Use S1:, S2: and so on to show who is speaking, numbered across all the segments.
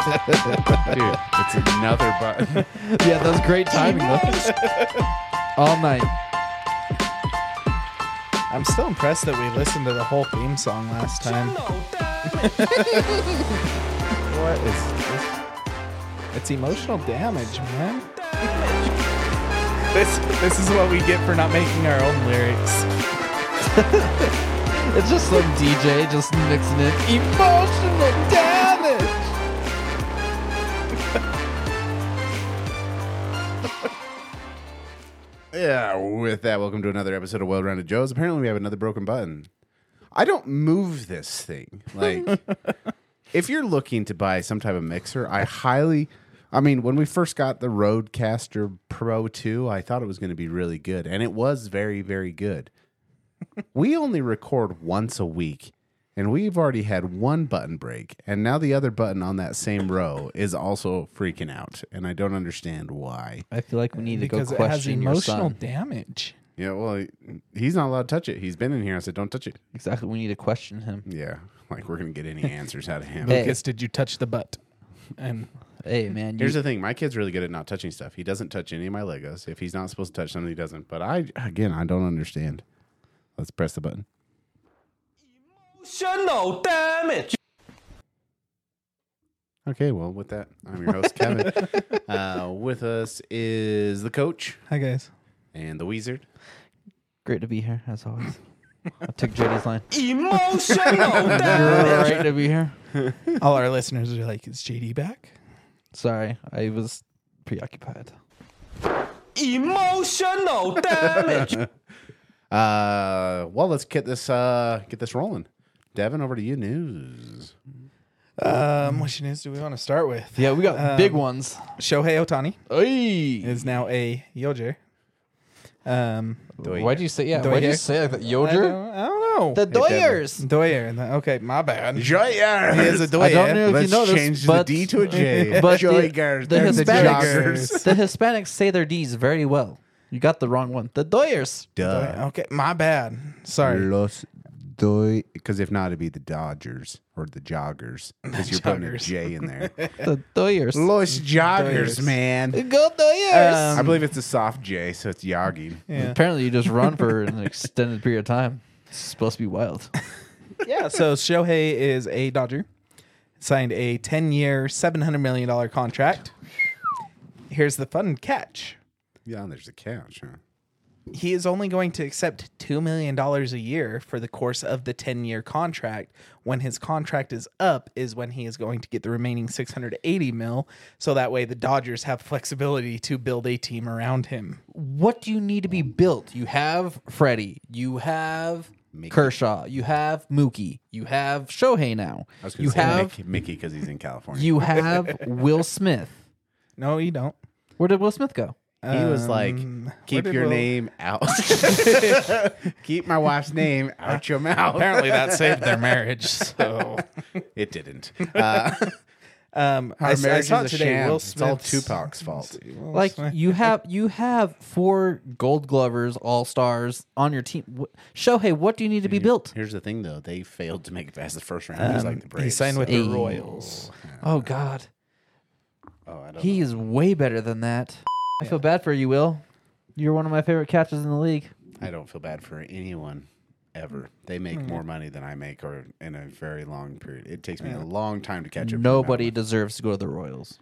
S1: Dude, it's another button.
S2: Yeah, that was great timing though. All night.
S3: I'm still impressed that we listened to the whole theme song last time.
S2: What is this?
S3: It's emotional damage, man. This this is what we get for not making our own lyrics.
S2: It's just some DJ just mixing it. Emotional damage.
S1: Yeah, with that, welcome to another episode of Well Rounded Joe's. Apparently, we have another broken button. I don't move this thing. Like, if you're looking to buy some type of mixer, I highly. I mean, when we first got the Rodecaster Pro 2, I thought it was going to be really good, and it was very, very good. we only record once a week, and we've already had one button break, and now the other button on that same row is also freaking out, and I don't understand why.
S2: I feel like we need to go
S3: Because it has
S2: question your
S3: emotional
S2: son.
S3: damage.
S1: Yeah, well, he- he's not allowed to touch it. He's been in here. I said, don't touch it.
S2: Exactly, we need to question him.
S1: Yeah, like we're gonna get any answers out of him.
S2: Hey.
S3: Lucas, did you touch the butt? And
S2: Hey
S3: Mm.
S2: man, you,
S1: Here's the thing: my kid's really good at not touching stuff. He doesn't touch any of my Legos. If he's not supposed to touch something, he doesn't. But I, again, I don't understand. Let's press the button.
S4: Emotional damage.
S1: Okay, well, with that, I'm your host Kevin. uh, with us is the coach
S3: hi guys.
S1: and the wizard.
S2: great to be here as always. I took JD's line.
S4: Emotional damage.
S2: great to be here.
S3: All our listeners are like, is JD back?
S2: Sorry, I was preoccupied.
S4: Emotional damage.
S1: Uh, well, let's get this uh, get this rolling. Devin, over to you. News.
S3: Um, which news do we want to start with?
S2: Yeah, we got
S3: Um,
S2: big ones.
S3: Shohei Otani
S2: Hey,
S3: is now a Yoger. Um,
S2: why'd you say yeah? Why'd
S3: Doyer.
S2: you say like that?
S3: I
S2: Yoder,
S3: don't, I don't know.
S2: the Doyers.
S3: Doyer. Okay, my bad.
S1: Joyer.
S3: He is a Doyer.
S2: I don't know if
S1: Let's
S2: you know this,
S1: change
S2: but-
S1: the D to a J.
S2: but the-
S1: Joyers.
S2: the
S1: They're
S2: Hispanics-
S1: joggers.
S2: the Hispanics say their D's very well. You got the wrong one. The Doyers.
S1: Duh.
S3: Okay, my bad. Sorry.
S1: Los Doy, because if not, it'd be the Dodgers or the Joggers, because you're putting a
S3: Joggers.
S1: J in there.
S2: The Doyers.
S1: Los Joggers,
S3: Doyers.
S1: man.
S2: Go Doyers.
S3: Um,
S1: I believe it's a soft J, so it's jogging.
S3: Yeah.
S2: Apparently, you just run for an extended period of time. It's supposed to be wild.
S3: yeah, so Shohei is a Dodger. Signed a 10 year, $700 million contract. Here's the fun catch
S1: Yeah, and there's the couch. Huh?
S3: he is only going to accept $2 million a year for the course of the 10 year contract. When his contract is up, is when he is going to get the remaining 680 mil. So that way the Dodgers have flexibility to build a team around him.
S2: What do you need to be built? You have Freddie. You have Kershaw. You have Mookie. You have Shohei now.
S1: I was gonna
S2: You
S1: say
S2: have
S1: Mick- Mickey because he's in California.
S2: you have Will Smith.
S3: No, you don't.
S2: Where did Will Smith go?
S1: he was like, "Keep
S3: did
S1: your
S3: Will-
S1: name out. Keep my wife's name out your mouth."
S3: Apparently that saved their marriage. So.
S1: it didn't. Uh,
S3: Um,
S1: our
S3: I, s- I
S1: marriage is
S3: saw
S1: a
S3: today
S1: sham.
S3: Will
S1: It's all
S3: Smith's-
S1: Tupac's fault.
S3: Will
S2: Like
S3: Smith-
S2: you have you have four Gold Glovers, All Stars on your team. Wh- Shohei, what do you need to be built?
S1: Here's the thing, though: they failed to make it past the first round. He's like the Braves.
S3: he signed with
S1: so-
S3: the Royals.
S2: Oh God,
S1: Oh, I don't
S2: he is way better than that. I feel bad for you, Will. You're one of my favorite catchers in the league.
S1: I don't feel bad for anyone ever. They make more money than I make, or in a very long period. It takes me a long time to catch up.
S2: Nobody deserves to go to the Royals.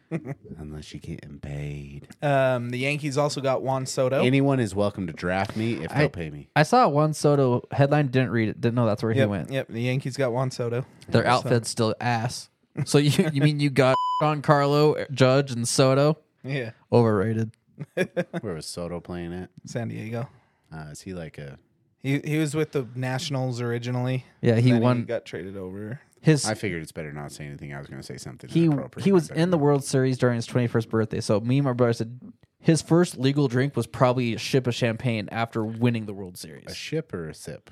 S1: unless you getting paid.
S3: Um, the Yankees also got Juan Soto.
S1: Anyone is welcome to draft me if they'll pay me.
S2: I saw one Soto headline, didn't read it, didn't know that's where he
S3: yep,
S2: went.
S3: yep, the Yankees got Juan Soto.
S2: Their outfit's still ass. So you you mean you got Don Carlo, Judge, and Soto?
S3: Yeah,
S2: Overrated.
S1: Where was Soto playing at?
S3: San Diego.
S1: Uh, is he like a?
S3: He he was with the Nationals originally.
S2: Yeah, he
S3: Then
S2: won
S3: got traded over.
S2: his
S1: I figured it's better not say anything. I was going to say something.
S2: he
S1: inappropriate,
S2: he was
S1: but-
S2: in the World Series during his 21st birthday. So me and my brother said his first legal drink was probably a ship of champagne after winning the World
S1: a
S2: Series.
S1: ship or a sip.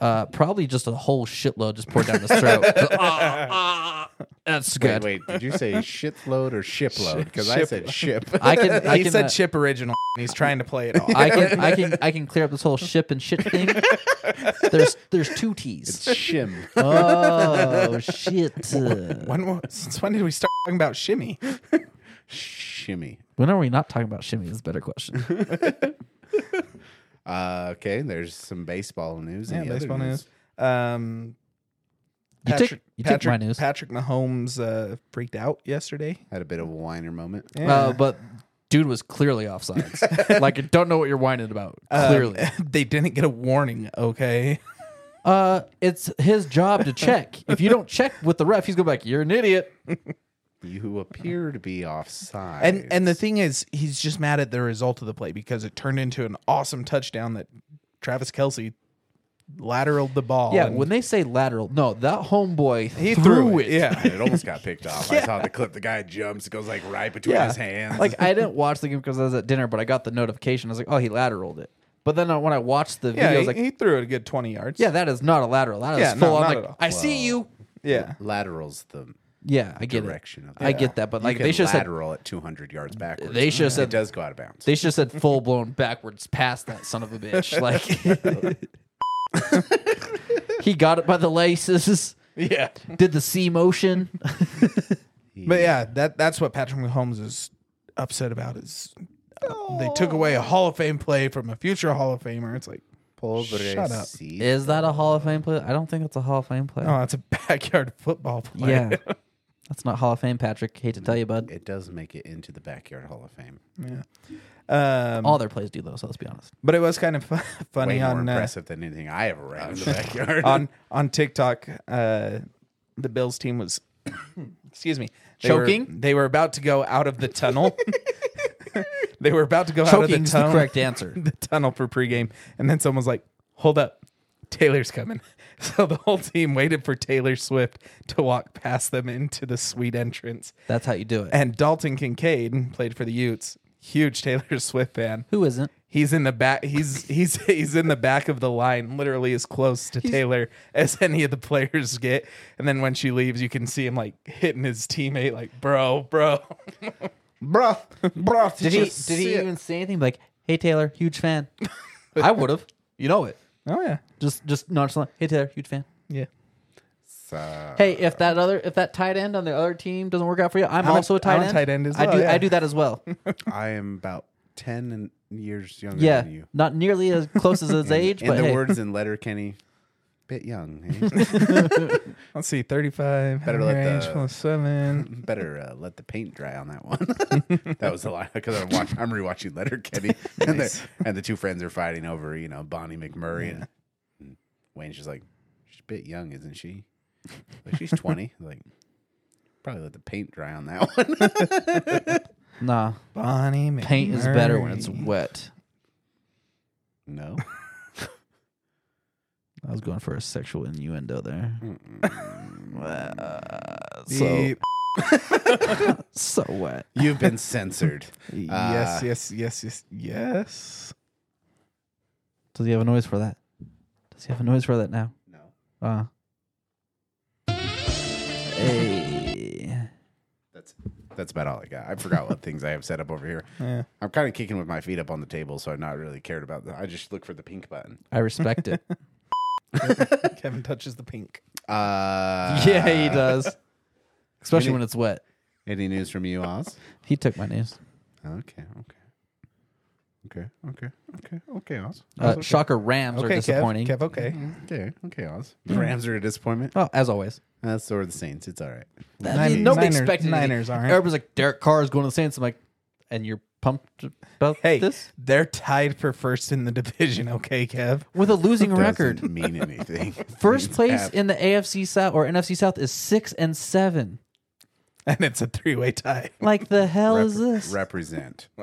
S2: Uh, probably just a whole shitload just poured down his throat. Just, "Ah, ah." that's good.
S1: Wait, wait, did you say shitload or shipload? Because I said ship.
S2: I can. I
S3: he
S2: can,
S3: said
S2: uh,
S3: chip original. and He's trying to play it off.
S2: I can. I can. I can clear up this whole ship and shit thing. There's there's two T's.
S1: Shim.
S2: Oh shit!
S3: when wa- since when did we start talking about shimmy?
S1: Shimmy.
S2: When are we not talking about shimmy? Is a better question.
S1: Uh, okay, there's some baseball news.
S3: Yeah,
S1: Any other
S3: baseball news. Um,
S2: You
S3: Patrick,
S2: took you took
S3: Patrick,
S2: my news.
S3: Patrick Mahomes uh, freaked out yesterday.
S1: Had a bit of a whiner moment.
S2: Uh, but dude was clearly offsides. like, I don't know what you're whining about.
S3: Um,
S2: Clearly,
S3: they didn't get a warning. Okay,
S2: uh, it's his job to check. If you don't check with the ref, he's going to be like, "You're an idiot."
S1: You appear to be offside.
S3: and and the thing is, he's just mad at the result of the play because it turned into an awesome touchdown that Travis Kelsey lateraled the ball.
S2: Yeah,
S3: and
S2: when they say lateral, no, that homeboy
S3: he
S2: threw, it.
S3: Yeah,
S1: it almost got picked off. I saw the clip. The guy jumps. It goes like right between
S2: Yeah.
S1: his hands.
S2: Like I didn't watch the game because I was at dinner, but I got the notification. I was like, "Oh, he lateraled it." But then uh, when I watched the video,
S3: yeah,
S2: I
S3: he,
S2: was like,
S3: he threw it a good twenty yards.
S2: "Yeah, that is not a lateral. That is
S3: Yeah, no,
S2: full."
S3: not
S2: I'm
S3: at
S2: like,
S3: all.
S2: "I see you."
S3: yeah.
S1: laterals the
S2: Yeah, I get it.
S1: direction of.
S2: I
S3: uh,
S2: get that, but
S1: You
S2: like
S1: can
S2: they should have said
S1: lateral at 200 yards backwards.
S2: They should've
S1: It
S2: said-
S1: does go out of bounds.
S2: They should have said full blown backwards past that son of a bitch. Like he got it by the laces.
S3: yeah.
S2: Did the C motion?
S3: But yeah, that that's what Patrick Mahomes is upset about is uh, they took away a Hall of Fame play from a future Hall of Famer. It's like, Shut up.
S1: Pobrecito.
S2: Is that a Hall of Fame play? I don't think it's a Hall of Fame play.
S3: oh, it's a backyard football play.
S2: yeah, that's not Hall of Fame, Patrick. Hate to tell you, bud.
S1: It does make it into the backyard Hall of Fame.
S3: Um,
S2: All their plays do though. So let's be honest.
S3: but it was kind of fu- funny
S1: Way more
S3: on uh,
S1: impressive than anything I ever ran in the backyard.
S3: on on TikTok. Uh, the Bills team was, excuse me, they were-
S2: Choking?
S3: they were about to go out of the tunnel. they were about to go out of the
S2: Choking's the
S3: tunnel.
S2: correct answer.
S3: the tunnel for pregame, and then someone's like, "Hold up, Taylor's coming." So the whole team waited for Taylor Swift to walk past them into the suite entrance.
S2: That's how you do it.
S3: And Dalton Kincaid played for the Utes, huge Taylor Swift fan.
S2: Who isn't?
S3: He's in the back. He's he's he's in the back of the line, literally as close to Taylor as any of the players get. And then when she leaves, you can see him like hitting his teammate, like bro, bro.
S1: bruh, bruh.
S2: Did he? Did he even say anything like, "Hey Taylor, huge fan"? I would have. You know it.
S3: Oh yeah,
S2: Just just nonchalant. Hey Taylor, huge fan.
S3: yeah.
S2: Hey, if that other if that tight end on the other team doesn't work out for you, I'm,
S3: a-
S2: also a tight
S3: I'm a
S2: end.
S3: tight end as
S2: I
S3: well,
S2: do
S3: yeah.
S2: I do that as well.
S1: I am about 10 and years younger
S2: yeah,
S1: than you.
S2: not nearly as close as his age,
S1: in
S2: but
S1: the
S2: hey,
S1: words in letter Kenny, bit young. eh?
S3: Let's see, thirty-five.
S1: Better
S3: Better
S1: let
S3: range
S1: the-
S3: plus seven.
S1: Better uh, let the paint dry on that one. that was the line because I'm watching. I'm rewatching Letter Kenny, and, the and the two friends are fighting over you know Bonnie McMurray and, and Wayne's just like she's a bit young, isn't she? Like she's twenty. like probably let the paint dry on that one.
S2: nah,
S3: Bonnie McMurray.
S2: paint is better when it's wet.
S1: no,
S2: I was going for a sexual innuendo there. Uh, so
S3: Beep.
S2: so wet.
S1: you've been censored. Ah.
S3: yes, yes, yes, yes, yes.
S2: Does he have a noise for that? Does he have a noise for that now?
S1: No,
S2: Uh. Hey.
S1: that's that's about all I got. I forgot what things I have set up over here.
S3: Yeah.
S1: I'm kind of kicking with my feet up on the table, so I'm not really cared about that. I just look for the pink button.
S2: I respect it.
S3: Kevin touches the pink.
S1: Uh,
S2: yeah, he does. Especially
S1: Any-
S2: when it's wet.
S1: Any news from you, Oz?
S2: He took my news.
S1: Okay, okay. Okay, okay, okay, okay, Oz.
S2: Uh, Shocker Rams are
S3: Okay, Kev,
S2: disappointing.
S3: Kev. Okay.
S1: Okay, okay, Oz.
S2: Hmm.
S1: The Rams are a disappointment.
S2: Oh, as always.
S1: Uh, so are the Saints. It's all right.
S2: I mean, nobody expected anything.
S3: Niners aren't.
S2: Everybody's like, Derek Carr is going to the Saints. I'm like, and you're pumped about
S3: Hey,
S2: this?
S3: they're tied for first in the division. Okay, Kev.
S2: With a losing record.
S1: Doesn't mean anything.
S2: First place
S1: Ab-
S2: in the AFC South or NFC South is six and seven.
S3: And it's a three-way tie.
S2: Like the hell
S1: rep-
S2: is this?
S1: Represent.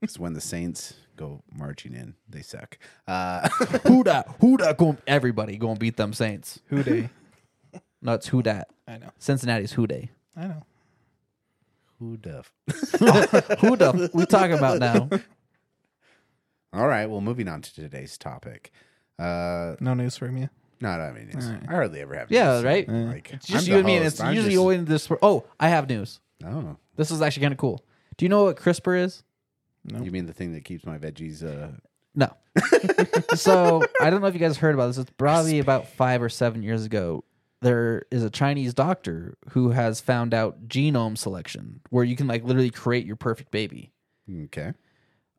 S1: Because when the Saints go marching in, they suck. Uh,
S2: who dat? Who dat? Going everybody going to beat them Saints.
S3: Who day?
S2: No, it's who dat.
S3: I know.
S2: Cincinnati's who day.
S3: I know.
S1: who duff?
S2: Who the we talking about now?
S1: All right. Well, moving on to today's topic. Uh,
S3: No news from you.
S1: no, I don't mean news. I hardly ever have.
S2: Yeah,
S1: news.
S2: right?
S1: Like,
S2: It's
S1: I'm
S2: just you
S1: the
S2: and me, and
S1: host.
S2: it's
S1: I'm
S2: usually
S1: just-
S2: only this. Oh, I have news.
S1: Oh,
S2: This is actually kind of cool. Do you know what CRISPR is?
S1: you mean the thing that keeps my veggies? Uh,
S2: No. so I don't know if you guys heard about this. It's probably about five or seven years ago. There is a Chinese doctor who has found out genome selection, where you can like literally create your perfect baby.
S1: okay.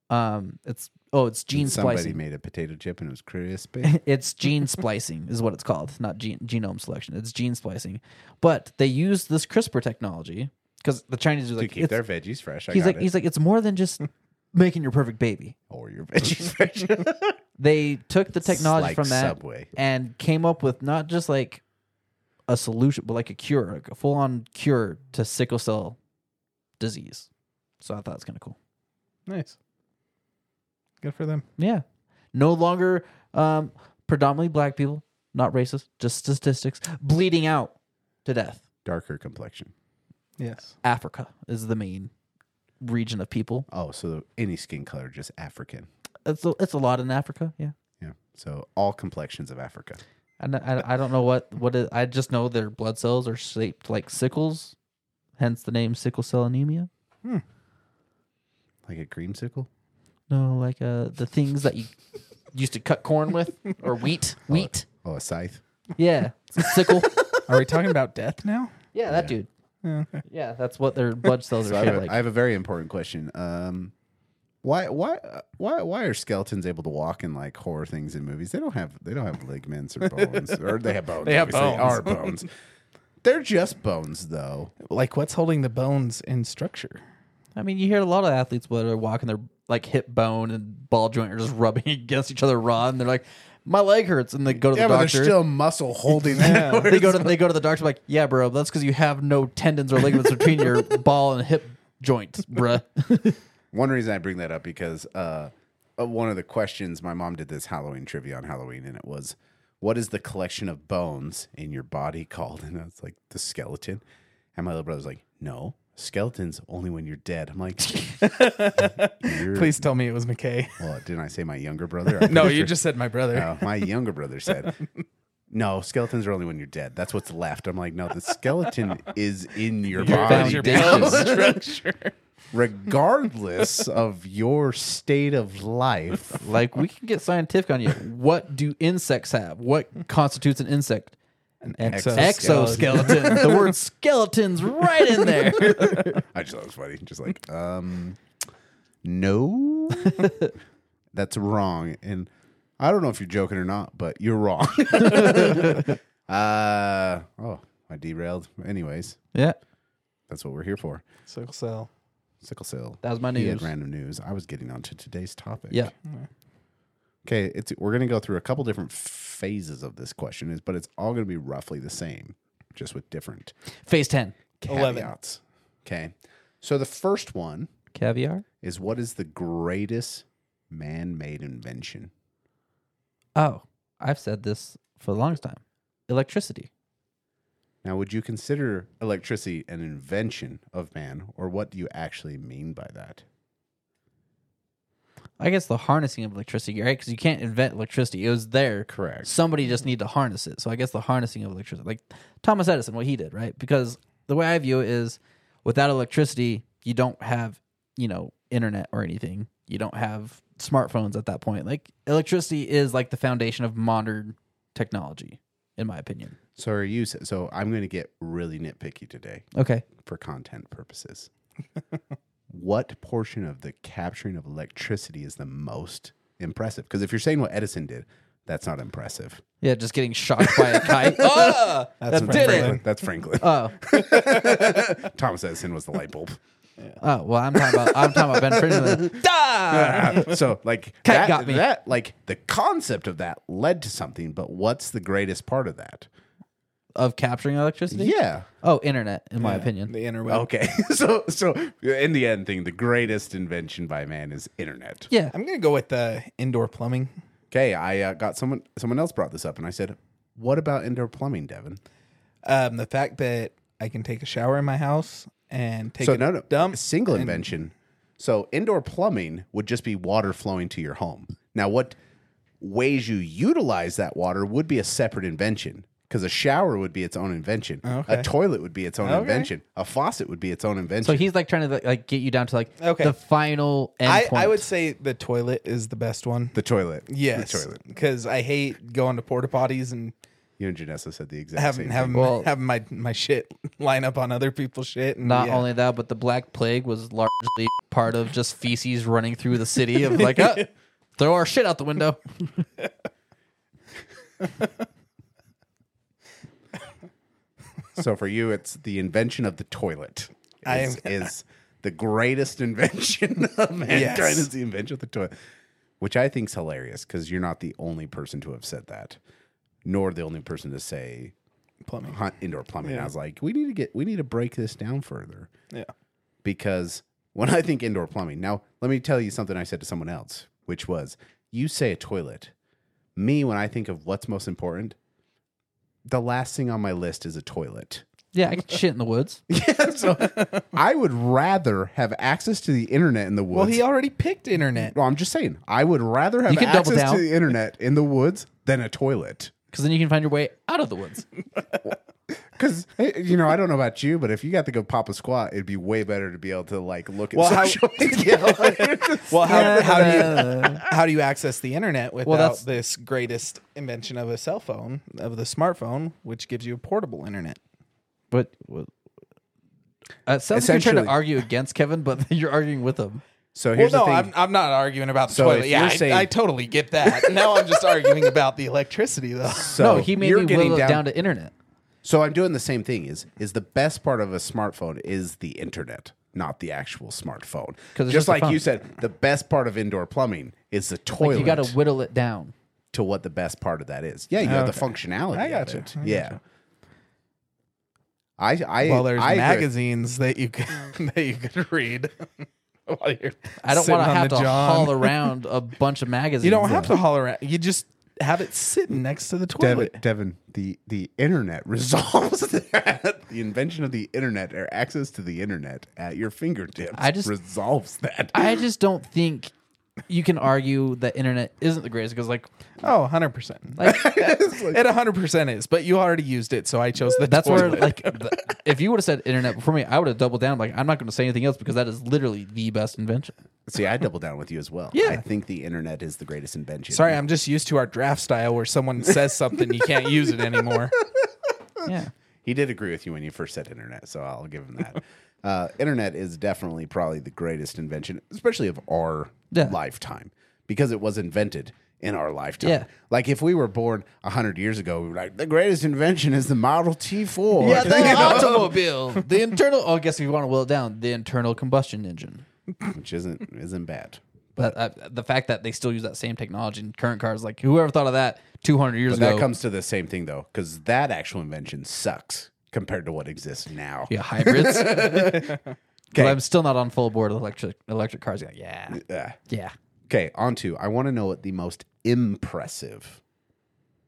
S2: Um, it's oh, it's gene
S1: Somebody
S2: splicing.
S1: made a potato chip and it was crispy.
S2: it's gene splicing is what it's called not gene, genome selection it's gene splicing but they use this crispr technology because the chinese are
S1: to
S2: like
S1: keep
S2: it's-
S1: their veggies fresh. I
S2: he's
S1: got
S2: like
S1: it.
S2: he's like it's more than just making your perfect baby
S1: or your veggies fresh.
S2: they took the technology
S1: like
S2: from that
S1: Subway.
S2: and came up with not just like a solution but like a cure like a full-on cure to sickle cell disease so i thought it's kind of cool
S3: Nice. Good for them.
S2: Yeah. No longer um, predominantly black people, not racist, just statistics, bleeding out to death.
S1: Darker complexion.
S3: Yes.
S2: Africa is the main region of people.
S1: Oh, so any skin color, just African.
S2: It's a, it's a lot in Africa. Yeah.
S1: Yeah. So all complexions of Africa.
S2: And I, I don't know what, what it, I just know their blood cells are shaped like sickles, hence the name sickle cell anemia.
S1: Like a creamsicle?
S2: No, like uh, the things that you used to cut corn with or wheat. Wheat.
S1: Oh, a scythe?
S2: Yeah. It's a sickle.
S3: Are we talking about death now?
S2: Yeah, that dude. Yeah, that's what their blood cells
S1: So I
S2: are
S1: have,
S2: shaped
S1: a,
S2: like.
S1: I have a very important question. Um, why, why, why, why are skeletons able to walk in like horror things in movies? They don't have, they don't have ligaments or bones, or they have bones.
S3: They have
S1: obviously. They
S3: bones.
S1: are bones. They're just bones, though.
S3: Like what's holding the bones in structure?
S2: I mean, you hear a lot of athletes what are walking their like hip bone and ball joint are just rubbing against each other raw, and they're like, "My leg hurts," and they go to
S1: Yeah,
S2: the
S1: but there's
S2: doctor.
S1: still muscle holding that.
S2: they go to they go to the doctor like, "Yeah, bro, that's because you have no tendons or ligaments between your ball and hip joint, bruh."
S1: One reason I bring that up because uh, uh, one of the questions my mom did this Halloween trivia on Halloween, and it was, "What is the collection of bones in your body called?" And I was like, "The skeleton." And my little brother's like, "No, skeletons only when you're dead." I'm like, you're-
S3: Please tell me it was McKay.
S1: Well, didn't I say my younger brother? I'm
S3: No,
S1: pretty
S3: you
S1: sure-
S3: just said my brother.
S1: No, my younger brother said. No, skeletons are only when you're dead. That's what's left. I'm like, no, the skeleton is in your body.
S2: found your
S1: now."
S2: bone.
S3: structure.
S1: regardless of your state of life.
S2: like we can get scientific on you. What do insects have? What constitutes an insect? An
S3: exoskeleton.
S2: exoskeleton. the word skeleton's right in there.
S1: I just thought it was funny. Just like, um, no, that's wrong. And I don't know if you're joking or not, but you're wrong. uh, oh, I derailed. Anyways,
S2: Yeah,
S1: that's what we're here for.
S3: Sickle cell.
S1: Sickle cell.
S2: that was my
S1: He had
S2: news.
S1: random news. I was getting onto today's topic.
S2: Yeah.
S1: Okay, it's we're gonna go through a couple different phases of this question, is but it's all gonna be roughly the same, just with different
S2: Phase ten.
S3: Eleven.
S1: caveats. Okay. So the first one
S2: Caviar.
S1: is what is the greatest man made invention?
S2: Oh, I've said this for the longest time. Electricity.
S1: Now, would you consider electricity an invention of man, or what do you actually mean by that?
S2: I guess the harnessing of electricity, right? Because you can't invent electricity. It was there.
S1: Correct.
S2: Somebody just needed to harness it. So I guess the harnessing of electricity, like Thomas Edison, what he did, right? Because the way I view it is without electricity, you don't have, you know, internet or anything. You don't have smartphones at that point. Like electricity is like the foundation of modern technology, in my opinion.
S1: So, are you so I'm going to get really nitpicky today
S2: Okay.
S1: for content purposes. what portion of the capturing of electricity is the most impressive? Because if you're saying what Edison did, that's not impressive.
S2: Yeah, just getting shocked by a kite. Ah!
S1: That's,
S2: did it.
S1: Franklin. That's Franklin.
S2: Oh,
S1: Thomas Edison was the light bulb.
S2: oh well, I'm talking about I'm talking about Ben Franklin. Ah!
S1: Ah, so like that,
S2: Cat got me.
S1: that like the concept of that led to something but what's the greatest part of that
S2: of capturing electricity.
S1: yeah
S2: Oh, internet, in my opinion.
S3: The interweb.
S1: okay so so in the end thing the greatest invention by man is internet
S2: Yeah.
S3: I'm gonna go with the indoor plumbing.
S1: okay i uh, got someone someone else brought this up and i said what about indoor plumbing devin
S3: Um, the fact that I can take a shower in my house and take
S1: so
S3: a
S1: no no
S3: dump.
S1: single
S3: and-
S1: invention so indoor plumbing would just be water flowing to your home now what ways you utilize that water would be a separate invention because a shower would be its own invention,
S3: Okay.
S1: a toilet would be its own
S3: Okay.
S1: invention, a faucet would be its own
S2: So
S1: invention.
S2: he's like trying to like get you down to like
S3: Okay.
S2: the final end
S3: I,
S2: point.
S3: I would say the toilet is the best one.
S1: the toilet,
S3: Yes,
S1: the toilet.
S3: because I hate going to porta potties and
S1: You and Janessa said the exact
S3: having
S1: same
S3: having,
S1: thing.
S2: Well-
S3: having my my shit line up on other people's shit. And
S2: Not
S3: yeah.
S2: only that, but the Black Plague was largely part of just feces running through the city of like, "Ah, throw our shit out the window.
S1: so for you, it's the invention of the toilet. Is,
S3: I am-
S1: is the greatest invention of mankind
S3: Yes.
S1: is the invention of the toilet, which I think is hilarious because you're not the only person to have said that, nor the only person to say
S3: plumbing.
S1: hunt indoor plumbing. And I was like, we need to get we need to break this down further
S3: Yeah,
S1: because when I think indoor plumbing, now let me tell you something I said to someone else, which was, you say a toilet. Me, when I think of what's most important, the last thing on my list is a toilet.
S2: Yeah, I can shit in the woods.
S1: Yeah, so I would rather have access to the internet in the woods.
S3: well, he already picked internet.
S1: Well, I'm just saying, I would rather have
S2: You can double
S1: access to
S2: down.
S1: the internet in the woods than a toilet.
S2: Because then you can find your way out of the woods.
S1: Because eh, you know, I don't know about you, but if you got to go pop a squat, it'd be way better to be able to like look at
S3: Well, how-
S1: social media.
S3: Well, how, how do you how do you access the internet without
S2: that's-
S3: this greatest invention of a cell phone of the smartphone, which gives you a portable internet?
S2: But well, uh, it sounds like you're trying
S1: Essentially-
S2: to argue against Kevin, but you're arguing with him.
S1: so
S3: Well,
S1: here's
S3: no,
S1: the thing:
S3: I'm, I'm not arguing about the
S1: So if
S3: toilet. Yeah,
S1: you're
S3: I,
S1: saying-
S3: I totally get that. now I'm just arguing about the electricity, though.
S1: so
S2: no, he made
S1: you're
S2: me
S1: getting
S2: will it
S1: down,
S2: down, to internet.
S1: So I'm doing the same thing. Is is the best part of a smartphone is the internet, not the actual smartphone.
S2: 'Cause it's
S1: just
S2: just a
S1: like you
S2: phone.
S1: said, the best part of indoor plumbing is the toilet.
S2: Like you got to whittle it down.
S1: to what the best part of that is. Yeah, you have the functionality.
S3: I
S1: got
S3: gotcha.
S1: it.
S3: I
S1: yeah. I I
S3: Well, there's
S1: I agree.
S3: magazines that you could, that you could read. while you're
S2: I don't
S3: sitting
S2: want to
S3: on
S2: have
S3: the
S2: to
S3: john.
S2: haul around a bunch of magazines.
S3: You don't have
S2: though.
S3: to haul around. You just have it sitting next to the
S1: Devin,
S3: toilet.
S1: Devin, the the internet resolves that. The invention of the internet or access to the internet at your fingertips
S2: I just-
S1: resolves that.
S2: I just don't think you can argue that internet isn't the greatest because like
S3: Oh, 100%.
S2: like
S3: it 100% is, but you already used it, so I chose the
S2: that's where
S3: toilet.
S2: like the, if you would have said internet before me, I would have doubled down. Like I'm not going to say anything else because that is literally the best invention.
S1: See, I double down with you as well.
S2: Yeah.
S1: I think the internet is the greatest invention.
S3: Sorry, I'm just used to our draft style where someone says something, you can't use it anymore.
S2: Yeah.
S1: He did agree with you when you first said internet, so I'll give him that. uh, internet is definitely probably the greatest invention, especially of our
S2: Yeah.
S1: lifetime, because it was invented in our lifetime.
S2: Yeah.
S1: Like if we were born 100 years ago, we were like, the greatest invention is the Model T4.
S2: Yeah, the automobile, the internal. Oh, I guess if you want to will it down, the internal combustion engine.
S1: Which isn't, isn't bad.
S2: But uh, the fact that they still use that same technology in current cars, like whoever thought of that 200 years
S1: But
S2: ago,
S1: that comes to the same thing, though, because that actual invention sucks compared to what exists now.
S2: yeah, hybrids. But I'm still not on full board electric electric cars. yet. Yeah,
S1: Yeah.
S2: yeah.
S1: Okay, on to I want to know what the most impressive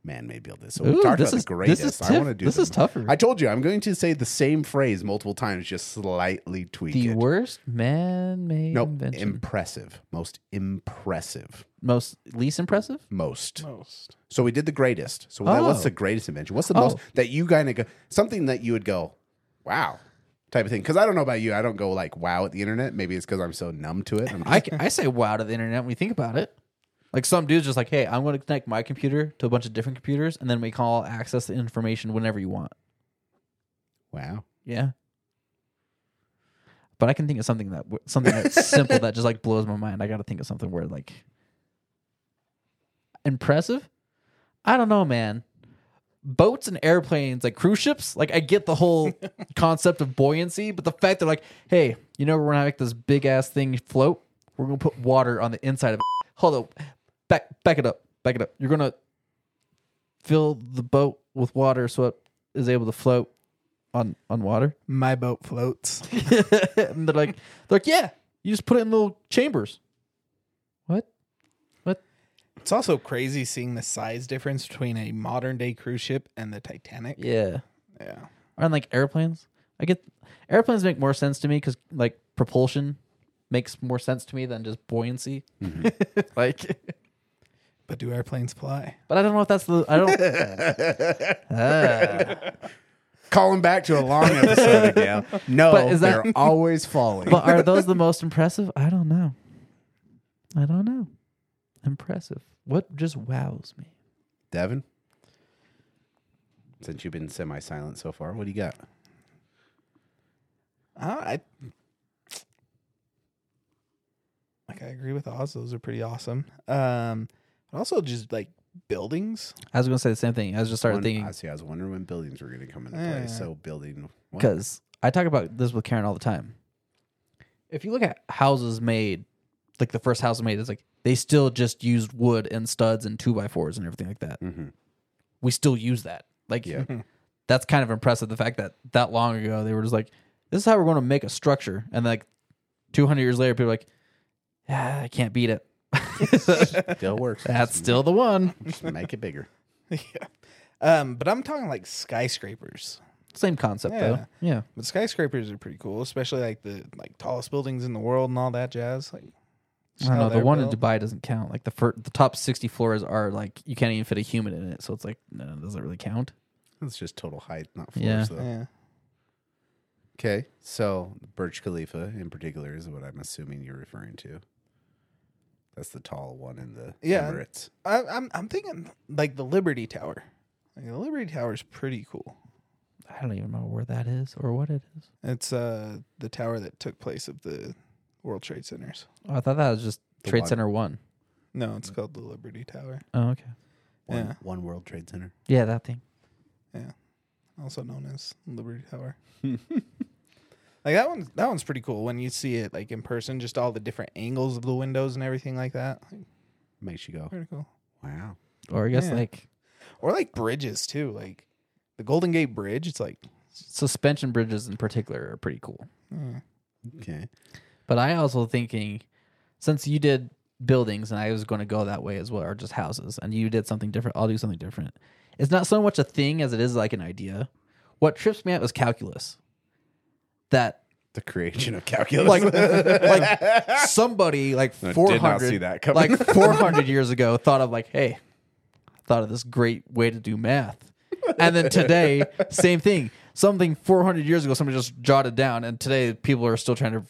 S1: man-made build is. So we
S2: Ooh,
S1: talked
S2: this
S1: about
S2: is-
S1: the greatest.
S2: this is
S1: I want to
S2: tiff-
S1: do
S2: this
S1: the-
S2: is tougher.
S1: I told you I'm going to say the same phrase multiple times, just slightly tweak
S2: The
S1: it.
S2: worst man-made
S1: no,
S2: invention.
S1: impressive, most impressive,
S2: Most least impressive.
S1: most. So we did the greatest. So that-
S2: Oh.
S1: what's the greatest invention? What's the
S2: Oh.
S1: most that you kind of go something that you would go, wow, type of thing? Because I don't know about you, I don't go like wow at the internet. Maybe it's because I'm so numb to it. I'm just,
S2: I, ca- I say wow to the internet when you think about it. Like some dude's just like, hey, I'm going to connect my computer to a bunch of different computers, and then we can all access the information whenever you want.
S1: wow.
S2: Yeah. But I can think of something that w- something that's simple that just like blows my mind. I got to think of something where like impressive. I don't know, man. Boats and airplanes, like cruise ships, like I get the whole concept of buoyancy, but the fact they're like, hey, you know, we're gonna make this big ass thing float. We're gonna put water on the inside of it. Hold up, back back it up, back it up. You're gonna fill the boat with water so it is able to float on on water.
S3: My boat floats.
S2: and they're like, they're like, yeah, you just put it in little chambers. What? What?
S3: It's also crazy seeing the size difference between a modern day cruise ship and the Titanic.
S2: Yeah.
S3: Yeah.
S2: Aren't like airplanes? I get airplanes make more sense to me because like propulsion makes more sense to me than just buoyancy. like
S3: But do airplanes fly?
S2: But I don't know if that's the I don't. Ah.
S1: Calling back to a long episode again. No,
S2: But is that-
S1: they're always falling.
S2: but are those the most impressive? I don't know. I don't know. Impressive. What just wows me?
S1: Devin, since you've been semi-silent so far, what do you got?
S3: Uh, I like I agree with Oz. Those are pretty awesome. Um, but also just like buildings.
S2: I was gonna say the same thing. I was just started
S1: One-
S2: thinking Eh.
S1: I see. I was wondering when buildings were going to come into play.
S3: Yeah.
S1: So building, what?
S2: because I talk about this with Karen all the time. If you look at houses made, like the first house made, it's like they still just used wood and studs and two by fours and everything like that.
S1: Mhm.
S2: We still use that. Like,
S1: Yeah.
S2: that's kind of impressive. The fact that that long ago they were just like, this is how we're going to make a structure, and like 200 years later, people are like, yeah, I can't beat it.
S1: still works.
S2: that's still the one.
S1: Just make it bigger.
S3: yeah. Um, but I'm talking like skyscrapers.
S2: Same concept though. Yeah.
S3: But skyscrapers are pretty cool, especially like the like tallest buildings in the world and all that jazz. Like
S2: I don't know. The one in
S3: Dubai.
S2: Dubai doesn't count. Like the fir- the top sixty floors are like you can't even fit a human in it, so it's like no, it doesn't really count.
S1: It's just total height, not
S2: Yeah.
S1: floors. Though.
S3: Yeah.
S1: Okay, so Burj Khalifa in particular is what I'm assuming you're referring to. That's the tall one in the
S3: Yeah.
S1: Emirates.
S3: I, I'm I'm thinking like the Liberty Tower. Like the Liberty Tower is pretty cool.
S2: I don't even know where that is or what it is.
S3: It's uh the tower that took place of the World Trade Centers.
S2: Oh, I thought that was just
S1: The
S2: Trade
S1: one.
S2: Center One.
S3: No,
S2: Mm.
S3: it's called the Liberty Tower,
S2: Oh, okay.
S1: One,
S3: Yeah.
S1: one World Trade Center.
S2: Yeah, that thing.
S3: also known as Liberty Tower. like that one that one's pretty cool when you see it like in person, just all the different angles of the windows and everything like that. Like,
S1: Makes you go,
S3: pretty cool.
S1: wow.
S2: Or I guess
S3: Yeah.
S2: like
S3: Or like bridges too, like the Golden Gate Bridge, it's like
S2: suspension bridges in particular are pretty cool.
S3: eh.
S1: Okay.
S2: But I also thinking, since you did buildings and I was going to go that way as well, or just houses, and you did something different, I'll do something different. It's not so much a thing as it is like an idea. What trips me out was calculus. That
S1: The creation of calculus.
S2: like like somebody like
S1: I did
S2: four
S1: not see
S2: hundred
S1: that coming.
S2: like four hundred years ago thought of like hey, thought of this great way to do math, and then today same thing. Something four hundred years ago somebody just jotted down, and today people are still trying to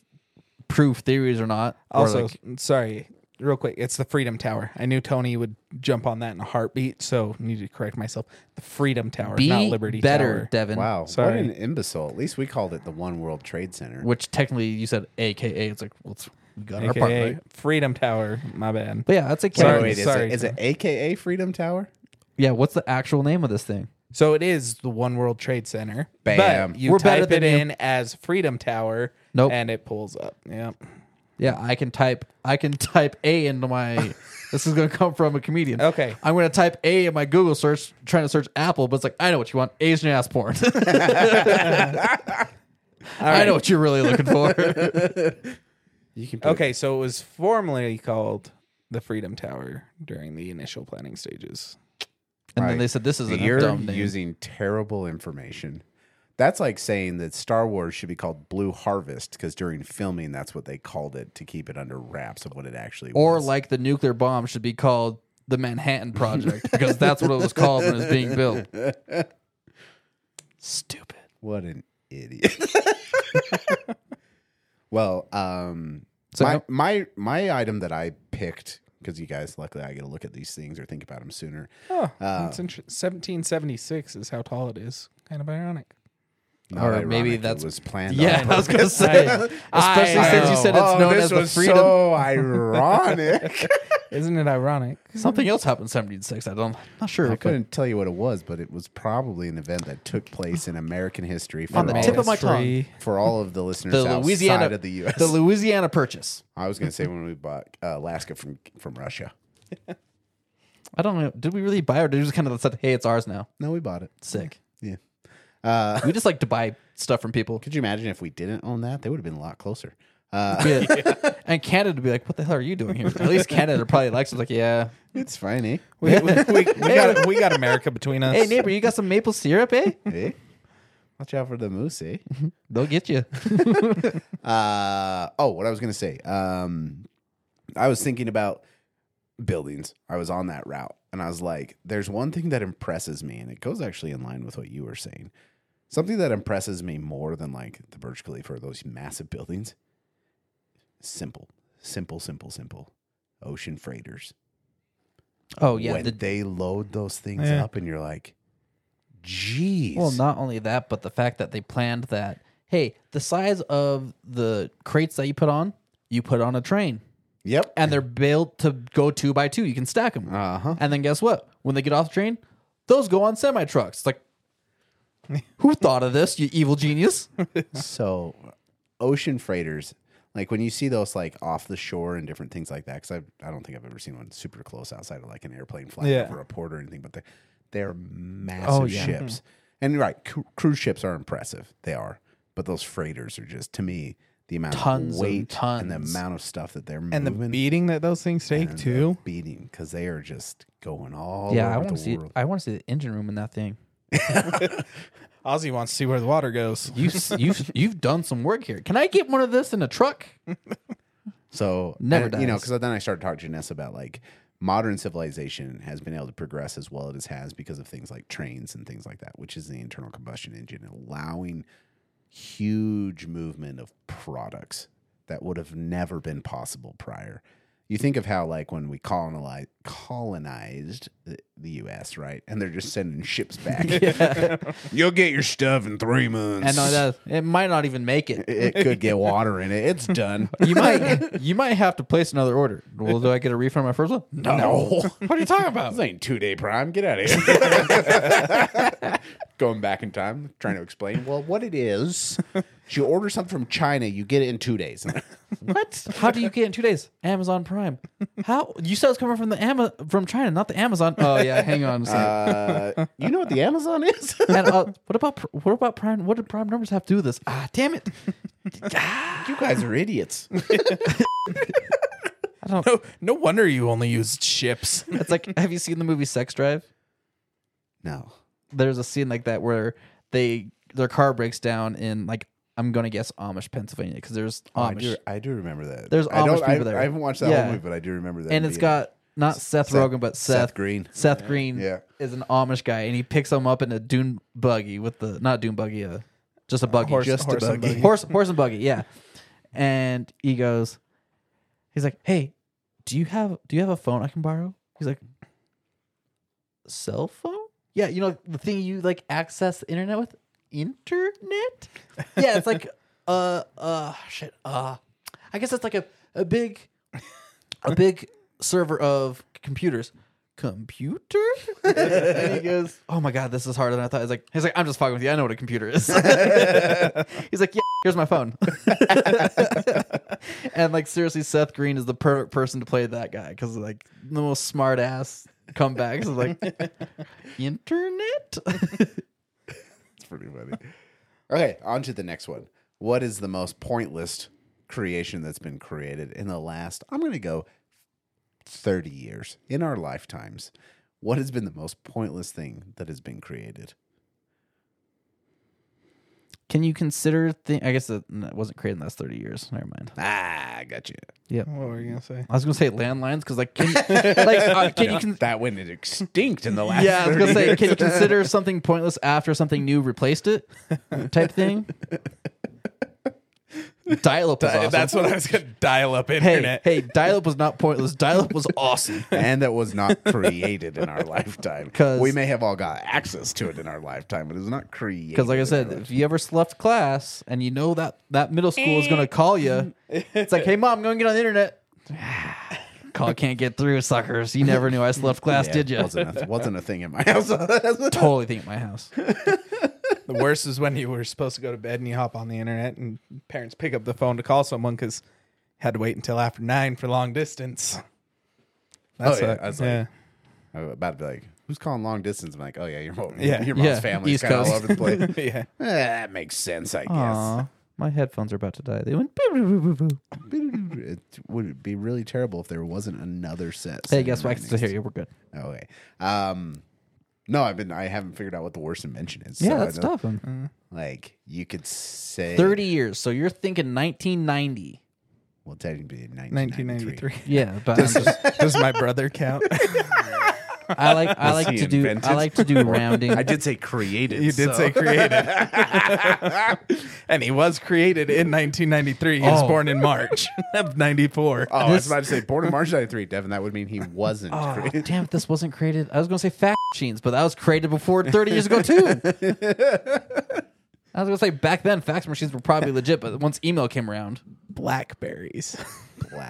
S2: prove theories or not. or,
S3: Also,
S2: like,
S3: sorry, real quick. It's the Freedom Tower. I knew Tony would jump on that in a heartbeat, so need to correct myself. The Freedom Tower,
S2: be
S3: not Liberty
S2: better,
S3: Tower.
S2: Devin.
S1: wow.
S3: Sorry.
S1: What an imbecile. At least we called it the One World Trade Center.
S2: Which technically you said AKA. It's like well, it's, we got our part.
S3: AKA
S2: right?
S3: Freedom Tower. My bad.
S2: But yeah, that's a
S1: Wait,
S3: Sorry,
S1: wait, wait, is,
S3: sorry.
S1: It, is it AKA Freedom Tower?
S2: Yeah, what's the actual name of this thing?
S3: So it is the One World Trade Center.
S1: Bam.
S3: But you
S2: We're better
S3: type
S2: than
S3: it
S2: you.
S3: in as Freedom Tower,
S2: Nope.
S3: and it pulls up. Yeah.
S2: Yeah, I can type. I can type A into my. this is going to come from a comedian.
S3: Okay.
S2: I'm going to type A in my Google search, trying to search Apple, but it's like I know what you want: Asian ass porn. I know what you're really looking for.
S1: You can put
S3: Okay, so it was formerly called the Freedom Tower during the initial planning stages.
S2: And
S1: Right.
S2: then they said this is a
S1: You're
S2: dumb name.
S1: using terrible information. That's like saying that Star Wars should be called Blue Harvest because during filming, that's what they called it to keep it under wraps of what it actually
S2: or
S1: was.
S2: like the nuclear bomb should be called the Manhattan Project because that's what it was called when it was being built. Stupid.
S1: what an idiot. well, um,
S2: So
S1: my,
S2: how-
S1: my my item that I picked because you guys, luckily, I get to look at these things or think about them sooner.
S3: Oh, it's inter- 1776 is how tall it is. Kind of ironic.
S1: Not
S2: Or maybe
S1: ironic, it
S2: that's-
S1: was planned.
S2: Yeah,
S1: on
S2: I was gonna
S1: purpose.
S2: say,
S1: I-
S2: especially
S3: I
S2: since you
S3: know.
S2: said it's
S1: oh,
S2: known
S1: this
S2: as the
S1: was
S2: freedom.
S1: so ironic.
S3: Isn't it ironic?
S2: Something else happened in '76. I don't, not sure.
S1: I
S2: but-
S1: couldn't tell you what it was, but it was probably an event that took place in American history for,
S2: On the
S1: all,
S2: tip of my
S3: Ministry.
S2: tongue.
S1: for all of the listeners
S2: the
S1: outside
S2: Louisiana
S1: of the U.S.
S2: The Louisiana Purchase.
S1: I was going to say when we bought uh, Alaska from from Russia.
S2: I don't know. Did we really buy or did we just kind of said, "Hey, it's ours now."
S1: No, we bought it.
S2: Sick.
S1: Yeah. Uh,
S2: We just like to buy stuff from people.
S1: could you imagine if we didn't own that? They would have been a lot closer. Uh,
S2: Yeah. And Canada would be like, "What the hell are you doing here?" At least Canada probably likes it. Like, yeah.
S1: it's fine, eh?
S3: We, we, we, we got, we got America between us.
S2: Hey neighbor, you got some maple syrup, eh?
S1: Eh? Watch out for the moose, eh?
S2: They'll get you.
S1: Uh, oh, what I was going to say. Um, I was thinking about buildings. I was on that route and I was like, there's one thing that impresses me, and it goes actually in line with what you were saying. Something that impresses me more than like the Burj Khalifa or those massive buildings. Simple, simple, simple, simple. Ocean freighters.
S2: Oh yeah,
S1: when
S2: the,
S1: they load those things
S3: Yeah.
S1: up, and you're like, "Geez,
S2: Well, not only that, but the fact that they planned that, hey, the size of the crates that you put on, you put on a train.
S1: yep."
S2: And they're built to go two by two. You can stack them.
S1: Uh huh.
S2: And then guess what? When they get off the train, those go on semi trucks. Like, who thought of this, you evil genius?
S1: so ocean freighters like when you see those like off the shore and different things like that because i don't think i've ever seen one super close outside of like an airplane flying
S3: Yeah.
S1: over a port or anything but they're, they're massive
S2: Oh, yeah. Mm-hmm.
S1: ships and you're right cru- cruise ships are impressive they are but those freighters are just to me the amount
S2: Tons
S1: of
S2: and
S1: weight and the
S2: tons.
S1: amount of stuff that they're
S3: and the
S1: moving
S3: beating that those things take
S1: and the
S3: too.
S1: beating because they are just going all
S2: yeah, I
S1: over
S2: want
S1: the
S2: to see.
S1: world
S2: I want to see the engine room in that thing.
S3: Ozzy wants to see where the water goes.
S2: You you you've done some work here. Can I get one of this in a truck?
S1: So
S2: Never
S1: and, you know,
S2: dies.
S1: because then I started talking to Ness about like modern civilization has been able to progress as well as it has because of things like trains and things like that, which is the internal combustion engine, allowing huge movement of products that would have never been possible prior. You think of how like when we colonized colonized the, the U.S. right, and they're just sending ships back. You'll get your stuff in three months.
S2: And no, that, it might not even make it.
S1: it could get water in it. It's done.
S2: You might you might have to place another order. Well, do I get a refund on my first one? No.
S1: What are you talking
S2: Oh.
S1: about? This ain't two day prime. Get out of here. Going back in time, trying to explain. Well, what it is, is you order something from China, you get it in two days.
S2: What? How do you get it in two days? Amazon Prime. How you said it's coming from the Ama- from China, not the Amazon. Oh yeah, hang on. A second.
S1: Uh, you know what the Amazon is?
S2: and, uh, what about pr- what about Prime? What did Prime numbers have to do with this? Ah, damn it!
S1: you guys are idiots.
S2: I don't.
S3: No, no wonder you only used ships.
S2: It's like, have you seen the movie Sex Drive?
S1: No.
S2: There's a scene like that where they their car breaks down in like I'm gonna guess Amish Pennsylvania because there's
S1: I
S2: Amish
S1: do, I do remember that.
S2: There's
S1: I don't-
S2: Amish
S1: I,
S2: people there.
S1: I haven't watched that
S2: Yeah.
S1: whole movie, but I do remember that.
S2: and it's
S1: being-
S2: got not
S1: Seth-
S2: Seth, Rogen but Seth,
S1: Seth Green.
S2: Seth Green
S1: Yeah.
S2: is an Amish guy, and he picks him up in a dune buggy with the not dune buggy, uh, just a buggy,
S3: horse-
S2: just
S3: horse
S2: a
S3: and
S2: buggy,
S3: buggy.
S2: horse, horse and buggy, yeah. And he goes, he's like, "Hey, do you have do you have a phone I can borrow?" He's like, "Cell phone? Yeah, you know the thing you like access the internet with, internet? Yeah, it's like uh uh shit uh, I guess it's like a a big." a big server of computers. Computer? and he goes, Oh my god, this is harder than I thought. He's like, he's like, I'm just fucking with you. I know what a computer is. he's like, Yeah, here's my phone. and like seriously, Seth Green is the perfect person to play that guy because like the most smart ass comebacks of like internet?
S1: It's pretty funny. Okay, on to the next one. What is the most pointless creation that's been created in the last, I'm going to go 30 years in our lifetimes? What has been the most pointless thing that has been created?
S2: Can you consider thing I guess that no, it wasn't created in the last thirty years. Never mind.
S1: Ah, I got you.
S2: Yep.
S3: What were you gonna say?
S2: I was gonna say landlines because like can like uh, can you con-
S1: that went extinct in the last
S2: Yeah, I was gonna
S1: 30
S2: say,
S1: years.
S2: can you consider something pointless after something new replaced it, type thing? Dial up was awesome.
S3: That's what I was gonna dial up
S2: hey,
S3: internet.
S2: hey, dial up was not pointless. Dial up was awesome.
S1: and that was not created in our lifetime.
S2: 'Cause-
S1: We may have all got access to it in our lifetime, but it was not created.
S2: Because, like I
S1: in
S2: said,
S1: our
S2: if you ever slept class and you know that that middle school is gonna call you, it's like, hey, mom, I'm gonna get on the internet. Call can't get through, suckers. You never knew I slept class,
S1: Yeah,
S2: did you?
S1: Wasn't a, wasn't a thing in my house.
S2: Totally think at my house.
S3: The worst is when you were supposed to go to bed and you hop on the internet and parents pick up the phone to call someone because had to wait until after nine for long distance. That's
S1: yeah,
S3: it.
S1: I was like- I was Oh, about to be like, who's calling long distance? I'm like, oh yeah, your mom,
S3: Yeah.
S1: your mom's
S2: Yeah.
S1: family's
S2: East
S1: kind of all
S2: Coast.
S1: over the place. Eh,
S3: yeah.
S1: that makes sense, I guess.
S2: Aw, my headphones are about to die. They went. boo-boo-boo-boo-boo.
S1: It would be really terrible if there wasn't another set.
S2: Hey, guess what? I can still hear you. We're good.
S1: Okay. Um, no, I've been. I haven't figured out what the worst invention is.
S2: Yeah,
S1: so I
S2: that's
S1: don't-
S2: tough. man.
S1: Like you could say
S2: 30 years. So you're thinking 1990.
S1: Well, technically in 1993.
S3: 1993.
S2: Yeah, but I'm just,
S3: Does my brother count?
S2: I like I
S1: Was
S2: like
S1: he
S2: to do
S1: invented?
S2: I like to do rounding.
S1: I did say created.
S3: you did
S1: so-
S3: say created. and he was created in 1993. He was
S2: Oh.
S3: born in March of 94.
S1: Oh, I was
S2: This-
S1: about to say born in March 93, Devin. That would mean he wasn't
S2: Oh,
S1: created.
S2: damn, if this wasn't created, I was gonna say fact machines, but that was created before 30 years ago too. I was gonna say back then fax machines were probably legit, but once email came around,
S3: Blackberries.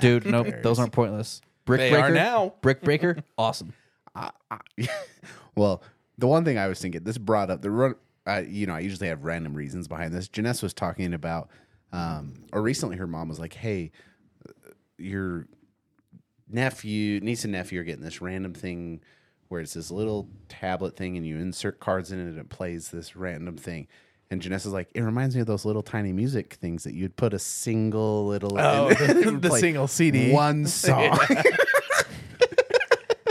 S2: dude, nope, those aren't pointless. Brick
S3: They are
S2: breaker
S3: now.
S2: Brick breaker, awesome.
S1: Well, the one thing I was thinking, this brought up the run. Uh, you know, I usually have random reasons behind this. Janessa was talking about, um, or recently her mom was like, "Hey, uh, your nephew, niece and nephew are getting this random thing where it's this little tablet thing, and you insert cards in it, and it plays this random thing." And Janessa's like, "It reminds me of those little tiny music things that you'd put a single little
S3: Oh,
S1: and it
S3: the-
S1: would
S3: the
S1: play
S3: single CD.
S1: one song."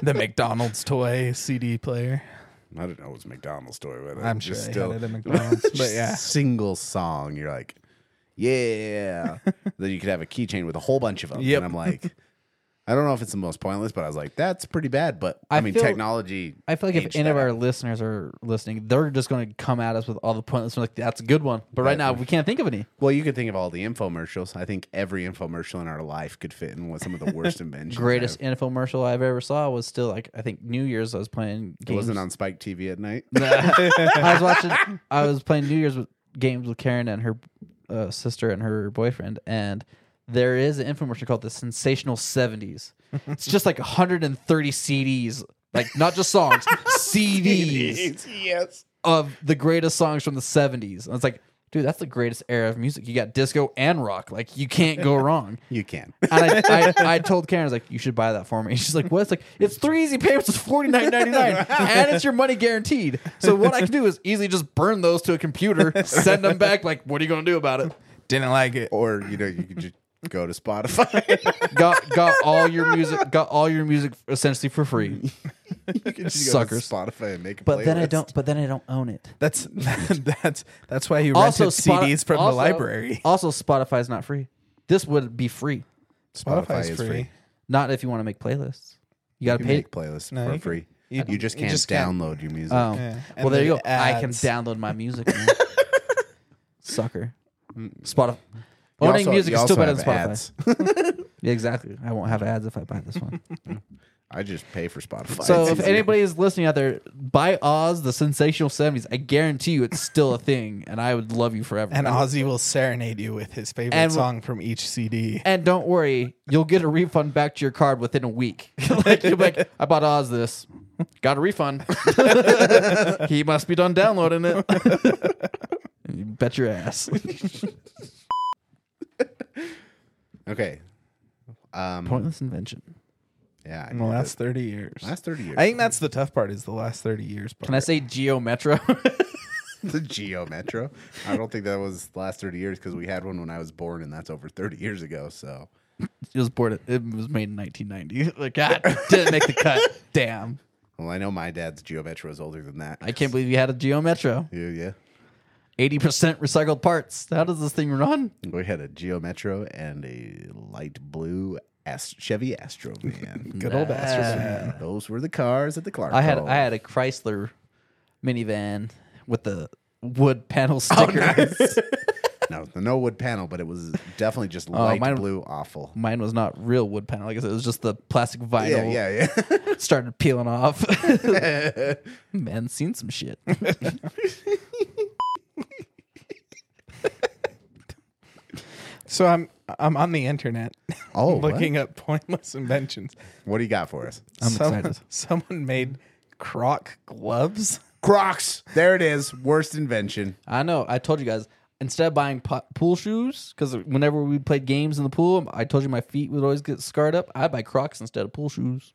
S3: the McDonald's toy CD player.
S1: I don't know. It was McDonald's story, but
S3: I'm
S1: just
S3: sure they had it at McDonald's, but
S1: just
S3: yeah.
S1: single song. You're like, yeah. then you could have a keychain with a whole bunch of them.
S3: Yep.
S1: And I'm like, I don't know if it's the most pointless, but I was like, that's pretty bad. But I,
S2: I
S1: mean,
S2: feel-
S1: technology.
S2: I feel like if
S1: aged
S2: any of
S1: that
S2: our
S1: up.
S2: listeners are listening, they're just gonna come at us with all the pointless. We're like, that's a good one, but right now we can't think of any.
S1: well, you could think of all the infomercials. I think every infomercial in our life could fit in with some of the worst inventions.
S2: Greatest
S1: I've-
S2: infomercial I've ever saw was still like I think New Year's. I was playing
S1: It
S2: games.
S1: wasn't on Spike TV at night.
S2: I was watching. I was playing New Year's with games with Karen and her uh, sister and her boyfriend, and there is an infomercial called "The Sensational '70s." It's just like 130 CDs, like not just songs, CDs
S1: yes.
S2: of the greatest songs from the '70s. And it's like, dude, that's the greatest era of music. You got disco and rock. Like you can't go wrong.
S1: You can.
S2: And I, I, I told Karen, I was like, you should buy that for me. She's like, what? It's like, it's three easy payments of forty nine ninety nine, and it's your money guaranteed. So what I can do is easily just burn those to a computer, send them back. Like, what are you gonna do about it?
S3: Didn't like it.
S1: Or, you know, you could just go to Spotify.
S2: Got got all your music, got all your music essentially for free.
S1: you could just
S2: Suckers.
S1: go to Spotify and make a
S2: But then I
S1: playlist.
S2: don't. But then I don't own it.
S3: That's that's that's why he rented
S2: Also, Spoti-
S3: CDs from
S2: also-
S3: the library.
S2: Also, Spotify's not free. This would be free,
S1: Spotify is free.
S2: not if you want to make playlists. You gotta
S1: You
S2: pay.
S1: make playlists
S3: No,
S1: for
S3: you can-
S1: free.
S3: you-
S1: you, just
S3: you
S1: can't
S3: just can't-
S1: download your music.
S2: Oh,
S3: Yeah.
S2: well,
S3: And
S2: there
S3: the
S2: you go. I can
S3: ads.
S2: download my music. man. Sucker. Spotify.
S1: You
S2: Owning
S1: also-
S2: music
S1: you
S2: is still
S1: also
S2: better than
S1: have
S2: Spotify.
S1: ads.
S2: Yeah, exactly. I won't have ads if I buy this one.
S1: I just pay for Spotify.
S2: so
S1: It's
S2: if
S1: easier.
S2: anybody is listening out there, buy Oz the Sensational Seventies. I guarantee you, it's still a thing, and I would love you forever.
S3: And Ozzy will serenade you with his favorite
S2: And-
S3: song from each CD.
S2: And don't worry, you'll get a refund back to your card within a week. like you'll be like, I bought Oz this, got a refund. he must be done downloading it. you bet your ass.
S1: okay, um,
S2: Pointless invention.
S1: yeah, I
S3: In the
S1: did
S3: last 30 years.
S1: it. last thirty years,
S3: I think that's the tough part is the last 30 years part.
S2: Can I say Geo Metro?
S1: the Geo Metro. I don't think that was the last thirty years because we had one when I was born, and that's over thirty years ago. So
S2: it was born. It was made in 1990. Like God, didn't make the cut. Damn,
S1: well, I know my dad's Geo Metro is older than that.
S2: I can't believe you had a Geo Metro.
S1: Yeah, yeah.
S2: 80 percent recycled parts. How does this thing run?
S1: We had a Geo Metro and a light blue Ast- Chevy Astro van.
S3: Good old bastard.
S1: Those were the cars at the Clark.
S2: I had
S1: Hall.
S2: I had a Chrysler minivan with the wood panel sticker.
S1: no no wood panel, but it was definitely just
S2: Oh,
S1: light
S2: mine-
S1: blue awful.
S2: Mine was not real wood panel. Like I said, it was just the plastic
S1: Yeah,
S2: vinyl.
S1: yeah, yeah.
S2: Started peeling off. Man, seen some shit.
S3: So I'm I'm on the internet
S1: Oh, what?
S3: looking up pointless inventions.
S1: What do you got for us?
S2: I'm
S3: Some-
S2: excited.
S3: Someone made croc gloves.
S1: Crocs. There it is. Worst invention.
S2: I know. I told you guys instead of buying po- pool shoes because whenever we played games in the pool, I told you my feet would always get scarred up. I buy Crocs instead of pool shoes.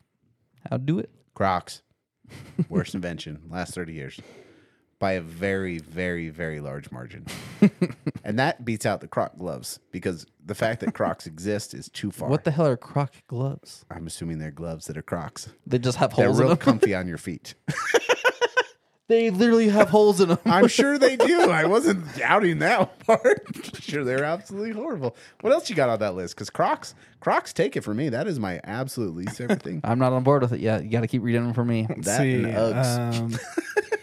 S2: How do it?
S1: Crocs. Worst invention. Last 30 years. By a very, very, very large margin. and that beats out the Croc gloves because the fact that Crocs exist is too far.
S2: What the hell are Croc gloves?
S1: I'm assuming they're gloves that are Crocs.
S2: They just have
S1: They're
S2: holes in
S1: real
S2: them.
S1: comfy on your feet.
S2: They literally have holes in them.
S1: I'm sure they do. I wasn't doubting that part. sure, they're absolutely horrible. What else you got on that list? Because Crocs, Crocs, take it from me. That is my absolute least favorite thing.
S2: I'm not on board with it yet. You got to keep reading them for me. That and Uggs.
S3: um,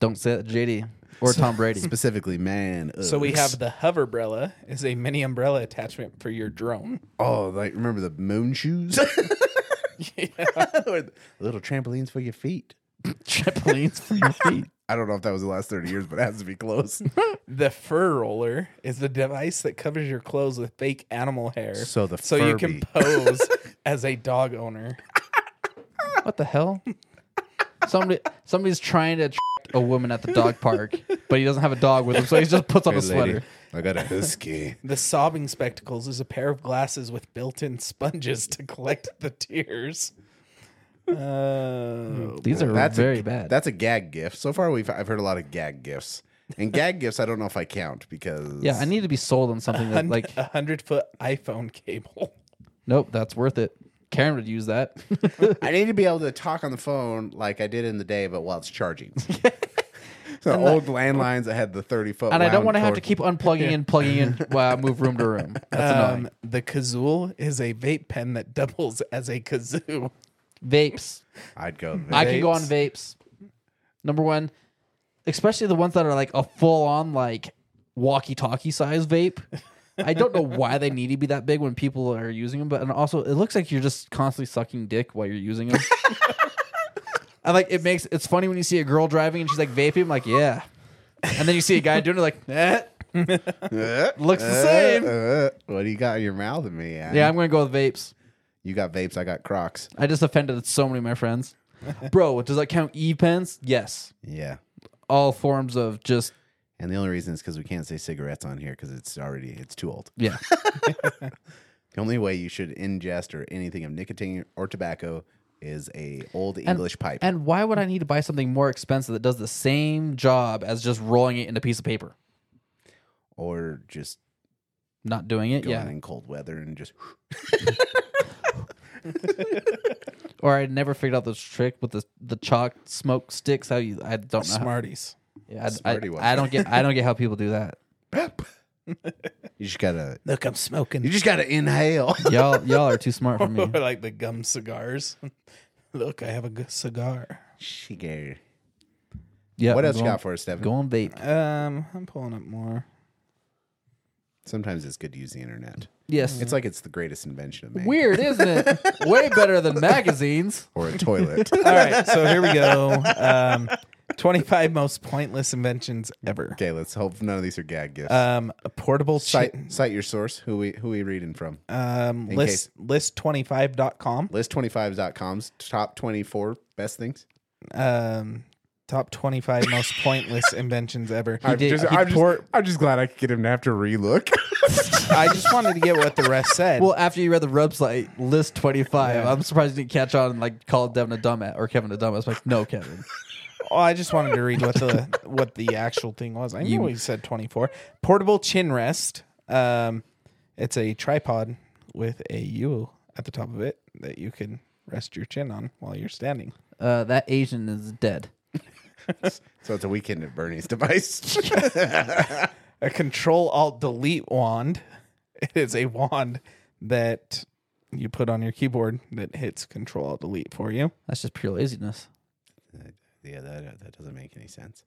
S2: Don't say that, to JD or Tom Brady.
S1: Specifically, man. uh, Uggs.
S3: so we have the hoverbrella is a mini umbrella attachment for your drone.
S1: oh, like remember the moon shoes? or the little trampolines for your feet.
S2: Trampolines for your feet.
S1: I don't know if that was the last 30 years, but it has to be close.
S3: The fur roller is the device that covers your clothes with fake animal hair,
S1: So the
S3: so you can
S1: Furby.
S3: pose as a dog owner.
S2: What the hell? Somebody, somebody's trying to attract a woman at the dog park, but he doesn't have a dog with him, so he just puts on a
S1: Hey, lady,
S2: sweater.
S1: I got a husky.
S3: The sobbing spectacles is a pair of glasses with built-in sponges to collect the tears. Uh,
S2: These are
S1: That's a-
S2: very bad.
S1: That's a gag gift. So far, we've I've heard a lot of gag gifts. And gag gifts, I don't know if I count because
S2: yeah, I need to be sold on something that like.
S3: a hundred foot iPhone cable.
S2: Nope, that's worth it. Karen would use that.
S1: I need to be able to talk on the phone like I did in the day, but while it's charging. so old landlines that had the thirty foot,
S2: and I don't
S1: round
S2: want to have to
S1: cord.
S2: keep unplugging and plugging in while I move room to room. That's
S3: Um,
S2: annoying.
S3: the kazoo is a vape pen that doubles as a kazoo.
S2: Vapes.
S1: I'd go.
S2: I
S1: I,
S2: can go on vapes. Number one, especially the ones that are like a full on like walkie talkie size vape. I don't know why they need to be that big when people are using them, but and also it looks like you're just constantly sucking dick while you're using them. and like it makes it's funny when you see a girl driving and she's like vaping, I'm like yeah, and then you see a guy doing it like eh. looks the same.
S1: what do you got in your mouth at me? Adam?
S2: yeah, I'm gonna go with vapes.
S1: you got vapes. I got Crocs.
S2: I just offended so many of my friends. Bro, does that count e pens? Yes,
S1: Yeah,
S2: all forms of just
S1: and the only reason is because we can't say cigarettes on here because it's already it's too old.
S2: yeah.
S1: The only way you should ingest or anything of nicotine or tobacco is a old English pipe.
S2: And why would I need to buy something more expensive that does the same job as just rolling it into a piece of paper?
S1: or just
S2: Not doing it,
S1: going
S2: yeah.
S1: in cold weather and just
S2: Or I never figured out this trick with the the chalk smoke sticks. How you? I don't know. How,
S3: Smarties.
S2: yeah, I,
S1: Smarty one.
S2: I, I don't get. I don't get how people do that.
S1: you just gotta
S3: Look, I'm smoking.
S1: you just gotta inhale.
S2: Y'all, y'all are too smart for me.
S3: Or like the gum cigars. Look, I have a g- cigar.
S1: Shigeru.
S2: Yeah.
S1: What
S2: I'm
S1: else you
S2: going-
S1: got for us, Stephen?
S2: Going vape.
S3: Um, I'm pulling up more.
S1: Sometimes it's good to use the internet.
S2: Yes.
S1: It's like it's the greatest invention of man.
S2: Weird, isn't it? Way better than magazines.
S1: Or a toilet.
S3: All right, so here we go. Um, 25 most pointless inventions ever.
S1: okay, let's hope none of these are gag gifts.
S3: Um, a portable
S1: cite,
S3: chit-
S1: cite your source. Who we who we reading from?
S3: um list list25.com.
S1: List25.com's top 24 best things.
S3: Um, top 25 most pointless inventions ever.
S1: I'm,
S2: did-
S1: just,
S2: he
S1: I'm, just, I'm just glad I could get him to have to relook.
S3: I just wanted to get what the rest said.
S2: Well, after you read the website list twenty five, I'm surprised you didn't catch on and like call Devin a dumbass or Kevin a dumbass. Like, no, Kevin.
S3: Oh, I just wanted to read what the what the actual thing was. I knew we said twenty four. Portable chin rest. Um, it's a tripod with a U at the top of it that you can rest your chin on while you're standing.
S2: Uh, that Asian is dead.
S1: so it's a weekend at Bernie's device.
S3: A control alt delete wand. It is a wand that you put on your keyboard that hits control alt delete for you.
S2: That's just pure laziness.
S1: yeah, that, that doesn't make any sense.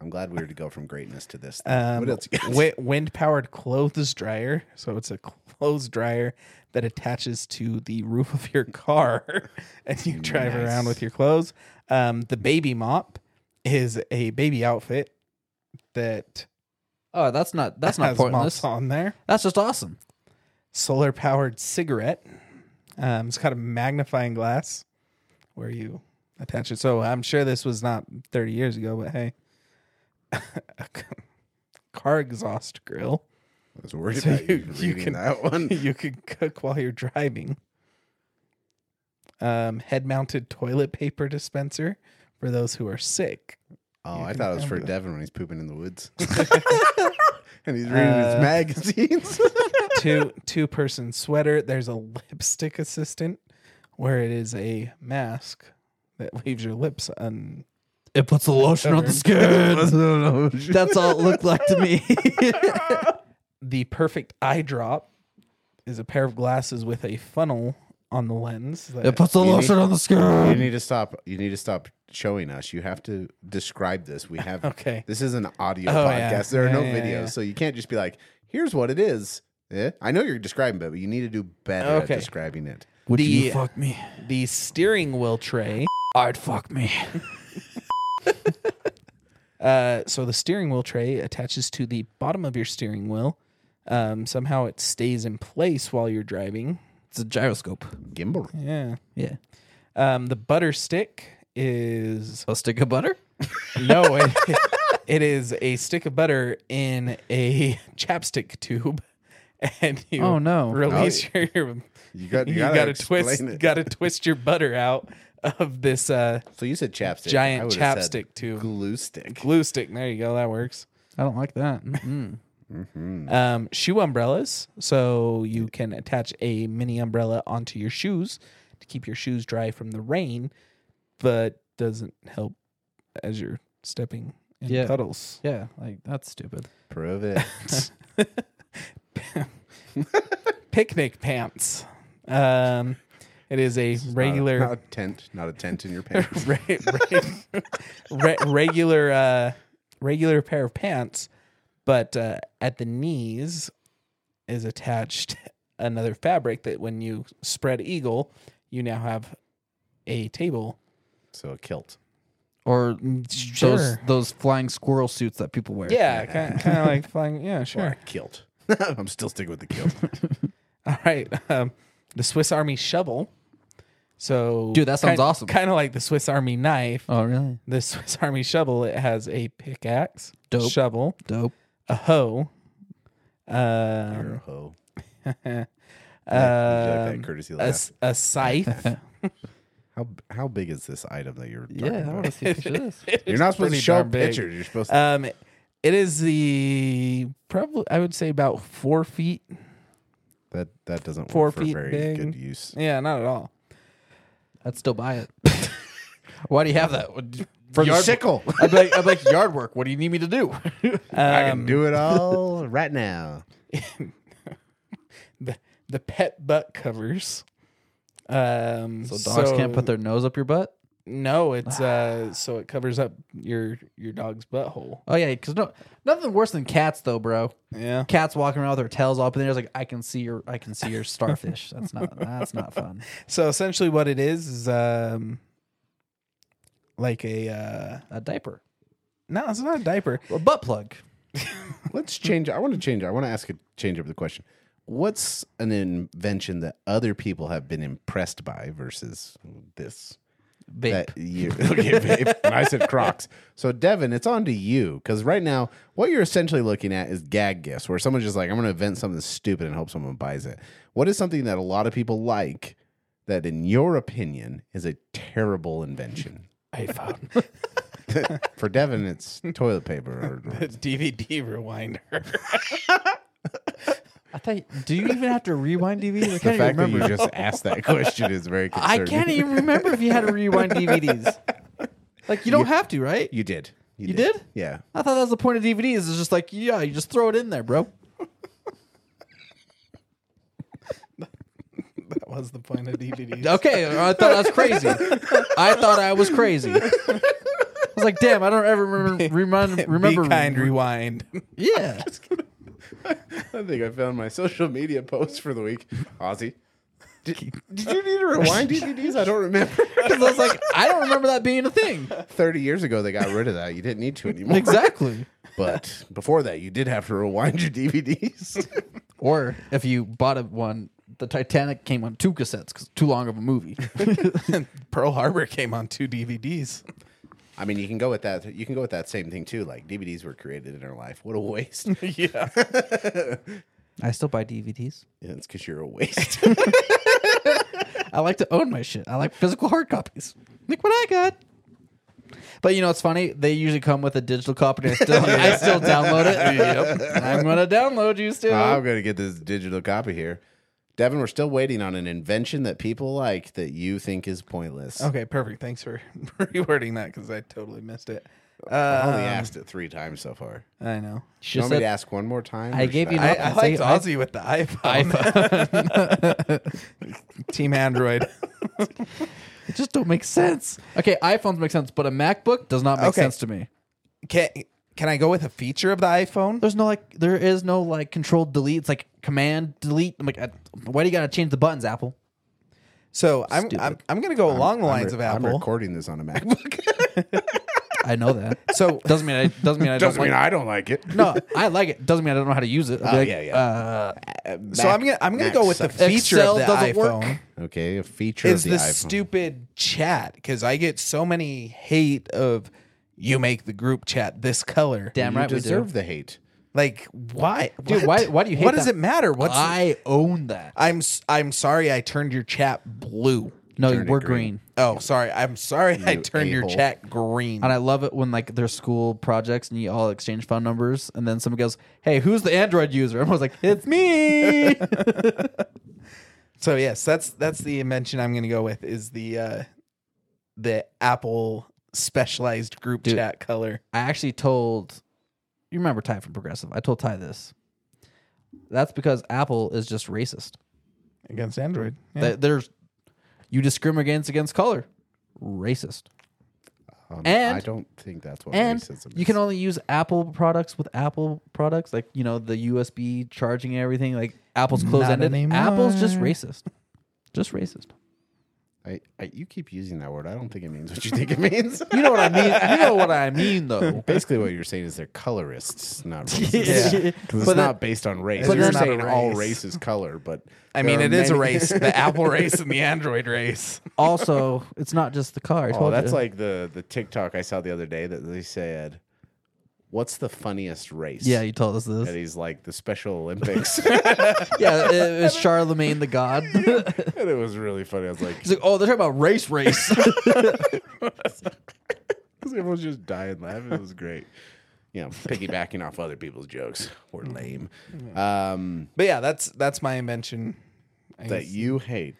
S1: I'm glad we were to go from greatness to this. thing.
S3: Um,
S1: what else you got?
S3: wind powered clothes dryer. So it's a clothes dryer that attaches to the roof of your car and you drive
S1: Nice.
S3: around with your clothes. Um, the baby mop is a baby outfit that
S2: Oh, that's not that's not
S3: has
S2: pointless.
S3: mops on there.
S2: That's just awesome.
S3: Solar powered cigarette. Um, it's got a magnifying glass where you attach it. So I'm sure this was not 30 years ago, but hey. A car exhaust grill.
S1: I was worried
S3: So
S1: about you,
S3: you-
S1: even
S3: you
S1: reading
S3: can-
S1: that one.
S3: you could cook while you're driving. Um, head mounted toilet paper dispenser for those who are sick.
S1: Oh,
S3: You
S1: I
S3: can
S1: thought it was
S3: come
S1: for
S3: to that.
S1: Devin when he's pooping in the woods. and he's reading his
S3: Uh,
S1: magazines.
S3: two two person sweater. There's a lipstick assistant where it is a mask that leaves your lips un
S2: it puts the lotion on the skin.
S1: no,
S2: That's all it looked like to me.
S3: the perfect eye drop is a pair of glasses with a funnel on the lens. that-
S2: it puts the lotion on the
S1: You
S2: skin.
S1: need to stop. You need to stop showing us. You have to describe this. We have
S3: Okay.
S1: This is an audio
S3: Oh,
S1: podcast.
S3: yeah.
S1: There are
S3: Yeah,
S1: no
S3: yeah,
S1: videos,
S3: yeah.
S1: so you can't just be like, "Here's what it is." Eh? I know you're describing it, but you need to do better
S3: Okay.
S1: at describing it.
S2: Would
S3: The-
S2: you fuck me?
S3: the steering wheel tray.
S2: I'd fuck me.
S3: Uh, so the steering wheel tray attaches to the bottom of your steering wheel. Um, somehow it stays in place while you're driving.
S2: It's a gyroscope.
S1: Gimbal.
S3: Yeah.
S2: Yeah.
S3: Um, the butter stick is
S2: A stick of butter?
S3: no, it, it is a stick of butter in a chapstick tube, and you
S2: Oh, no.
S3: release
S1: Oh.
S3: your, your
S1: You got.
S3: you,
S1: You,
S3: got
S1: gotta
S3: to twist
S1: explain It.
S3: got to twist your butter out of this uh,
S1: so you said chapstick.
S3: Giant
S1: I would've said
S3: chapstick tube.
S1: Glue stick.
S3: glue stick. There you go. That works.
S2: I don't like that.
S3: Um, shoe umbrellas. So you can attach a mini umbrella onto your shoes to keep your shoes dry from the rain, but doesn't help as you're stepping in
S2: Yeah.
S3: puddles.
S2: Yeah, like that's stupid.
S1: Prove it.
S3: Picnic pants. Um, it is a regular,
S1: Not a, not a tent. Not a tent in your pants.
S3: re- re- re- regular, uh, regular pair of pants, but uh, at the knees is attached another fabric that when you spread eagle, you now have a table.
S1: so a kilt.
S2: Or those
S3: sure.
S2: those flying squirrel suits that people wear.
S3: Yeah, kind of like flying. Yeah,
S1: Or a
S3: sure.
S1: kilt. I'm still sticking with the kilt.
S3: All right. Um, the Swiss Army shovel. So,
S2: Dude, that sounds awesome.
S3: Kind of like the Swiss Army knife.
S2: Oh really?
S3: The Swiss Army shovel. It has a pickaxe,
S2: Dope.
S3: shovel,
S2: Dope.
S3: a hoe. Um,
S1: You're a hoe. Would you like
S3: um,
S1: that courtesy
S3: a,
S1: laugh?
S3: s- a scythe.
S1: How how big is this item that you're talking
S2: Yeah, I want
S1: about?
S2: to see a picture of this.
S1: You're not supposed to
S3: pretty
S1: show
S3: darn big.
S1: pictures. You're supposed to.
S3: um, it is the probably I would say about four feet.
S1: that that doesn't
S3: four
S1: work for
S3: feet
S1: very
S3: big.
S1: good use.
S3: Yeah, not at all.
S2: I'd still buy it. Why do you have that? What-
S1: For the
S2: yard-
S1: sickle,
S2: I'd be, like, I'd be like, yard work. What do you need me to do?
S3: Um,
S1: I can do it all right now.
S3: The the pet butt covers. Um,
S2: So dogs can't put their nose up your butt.
S3: No, it's uh so it covers up your your dog's butthole.
S2: Oh yeah, because no, nothing worse than cats though, bro.
S3: Yeah.
S2: Cats walking around with their tails up, and they're like, I can see your, I can see your starfish. That's not, that's not fun.
S3: So essentially what it is is um like a uh
S2: A diaper,
S3: no, it's not a diaper.
S2: a butt plug.
S1: Let's change. I want to change. I want to ask a change up the question. What's an invention that other people have been impressed by versus this?
S2: Vape.
S1: That you, okay, vape. And I said Crocs. So Devin, it's on to you because right now what you're essentially looking at is gag gifts, where someone's just like, "I'm going to invent something stupid and hope someone buys it." What is something that a lot of people like that, in your opinion, is a terrible invention?
S3: iPhone.
S1: For Devin, it's toilet paper. Or,
S3: DVD rewinder.
S2: I thought. Do you even have to rewind DVDs? I
S1: the
S2: can't even
S1: fact that
S2: remember.
S1: you just asked that question is very
S2: I
S1: concerning.
S2: can't even remember if you had to rewind DVDs. Like you don't have to, right?
S1: You did.
S2: You did?
S1: Yeah.
S2: I thought that was the point of DVDs. It's just like, yeah, you just throw it in there, bro.
S3: that was the point of DVD.
S2: Okay, I thought I was crazy. I thought I was crazy. I was like, damn, I don't ever remember. Remind, remember.
S3: Be kind rewind.
S2: Yeah.
S1: I think I found my social media post for the week. Ozzy. Did, did you need to rewind DVDs? I don't remember.
S2: 'Cause I was like, I don't remember that being a thing.
S1: 30 years ago, they got rid of that. You didn't need to anymore.
S2: Exactly.
S1: But before that, you did have to rewind your DVDs.
S2: Or if you bought a one, the Titanic came on two cassettes because too long of a movie.
S3: Pearl Harbor came on two DVDs.
S1: I mean, you can go with that. You can go with that same thing too. Like DVDs were created in our life. What a waste! yeah,
S2: I still buy DVDs.
S1: it's because you're a waste.
S2: I like to own my shit. I like physical hard copies. Look what I got. But you know it's funny? They usually come with a digital copy. and I still, I still download it. I'm gonna download you still.
S1: I'm gonna get this digital copy here. Devin, we're still waiting on an invention that people like that you think is pointless.
S2: Oh,
S3: Okay, perfect. Thanks for rewording that because I totally missed it. Uh,
S1: I only asked it three times so far.
S3: I know.
S1: Do you
S2: um, Just
S1: want me to
S2: said,
S1: ask one more time?
S2: I
S1: or
S2: gave
S1: should
S2: you
S1: I-
S3: I,
S2: Nope,
S3: I
S2: it's a-
S3: liked Ozzy with the iPhone. Team Android.
S2: it just don't make sense. Okay, iPhones make sense, but a MacBook does not make
S3: Okay.
S2: sense to me.
S3: Can can I go with a feature of the iPhone?
S2: There's no like, there is no like control delete. It's like command delete. I'm like, I- why do you gotta change the buttons, Apple?
S3: So I'm I'm, I'm going to go along the
S1: I'm
S3: lines
S1: re-
S3: of Apple.
S1: I'm recording this on a MacBook.
S2: I know that.
S3: so
S2: doesn't mean I doesn't mean I
S1: Doesn't
S2: don't
S1: mean
S2: like.
S1: I don't like it.
S2: no, I like it. Doesn't mean I don't know how to use it. I'll be
S1: Oh,
S2: like,
S1: yeah, yeah.
S2: Uh,
S3: so I'm gonna I'm gonna go with the feature
S2: Excel
S3: of the
S2: doesn't work.
S3: iPhone.
S1: okay a feature
S3: Is
S1: of the,
S3: the,
S1: iPhone.
S3: stupid chat because I get so many hate of you make the group chat this color.
S2: damn
S1: you
S2: right we
S1: deserve
S2: do.
S1: the hate.
S3: Like why,
S2: Dude, why- why do you hate
S3: What does
S2: that?
S3: it matter? What's
S2: I own that.
S3: I'm s- I'm sorry I turned your chat blue.
S2: No,
S1: Turn it
S2: we're
S1: green.
S2: green.
S3: Oh, sorry. I'm sorry I
S1: You
S3: turned your
S1: a-hole.
S3: chat green.
S2: And I love it when like there's school projects and you all exchange phone numbers, and then someone goes, "Hey, who's the Android user?" Everyone's like, "It's me."
S3: So yes, that's that's the invention I'm going to go with is the uh the Apple specialized group
S2: Dude.
S3: chat color.
S2: I actually told you remember Ty from Progressive. I told Ty this. That's because Apple is just racist.
S3: Against Android.
S2: They- There's you discriminate against against color, racist,
S1: Um,
S2: And-
S1: I don't think that's what
S2: and
S1: racism
S2: you
S1: is.
S2: can only use Apple products with Apple products, like you know the USB charging and everything. Like Apple's closed ended.
S3: anymore.
S2: Apple's just racist, just racist.
S1: I, I, you keep using that word. I don't think it means what you think it means.
S2: You know what I mean? You know what I mean, though.
S1: Basically, what you're saying is they're colorists, not racists.
S3: Yeah.
S1: 'Cause it's
S2: But then-
S1: not based on race.
S3: But
S1: But you're
S3: then-
S1: saying all
S3: race.
S1: race is color, but
S3: I
S1: there
S3: mean,
S1: are
S3: it is a
S1: many-
S3: race, the Apple race and the Android race.
S2: Also, it's not just the car. I
S1: Oh,
S2: told
S1: that's
S2: you.
S1: like the the TikTok I saw the other day that they said, "What's the funniest race?"
S2: yeah, you told us this.
S1: and he's like the Special Olympics,
S2: yeah, it was Charlemagne the God. He's
S1: and it was really funny. I was like,
S2: like, oh, they're talking about race, race.
S1: everyone's just dying laughing. It was great. You know, piggybacking off other people's jokes. We're lame. Um,
S3: But Mm. yeah, that's that's my invention. I
S1: that
S3: guess.
S1: you hate.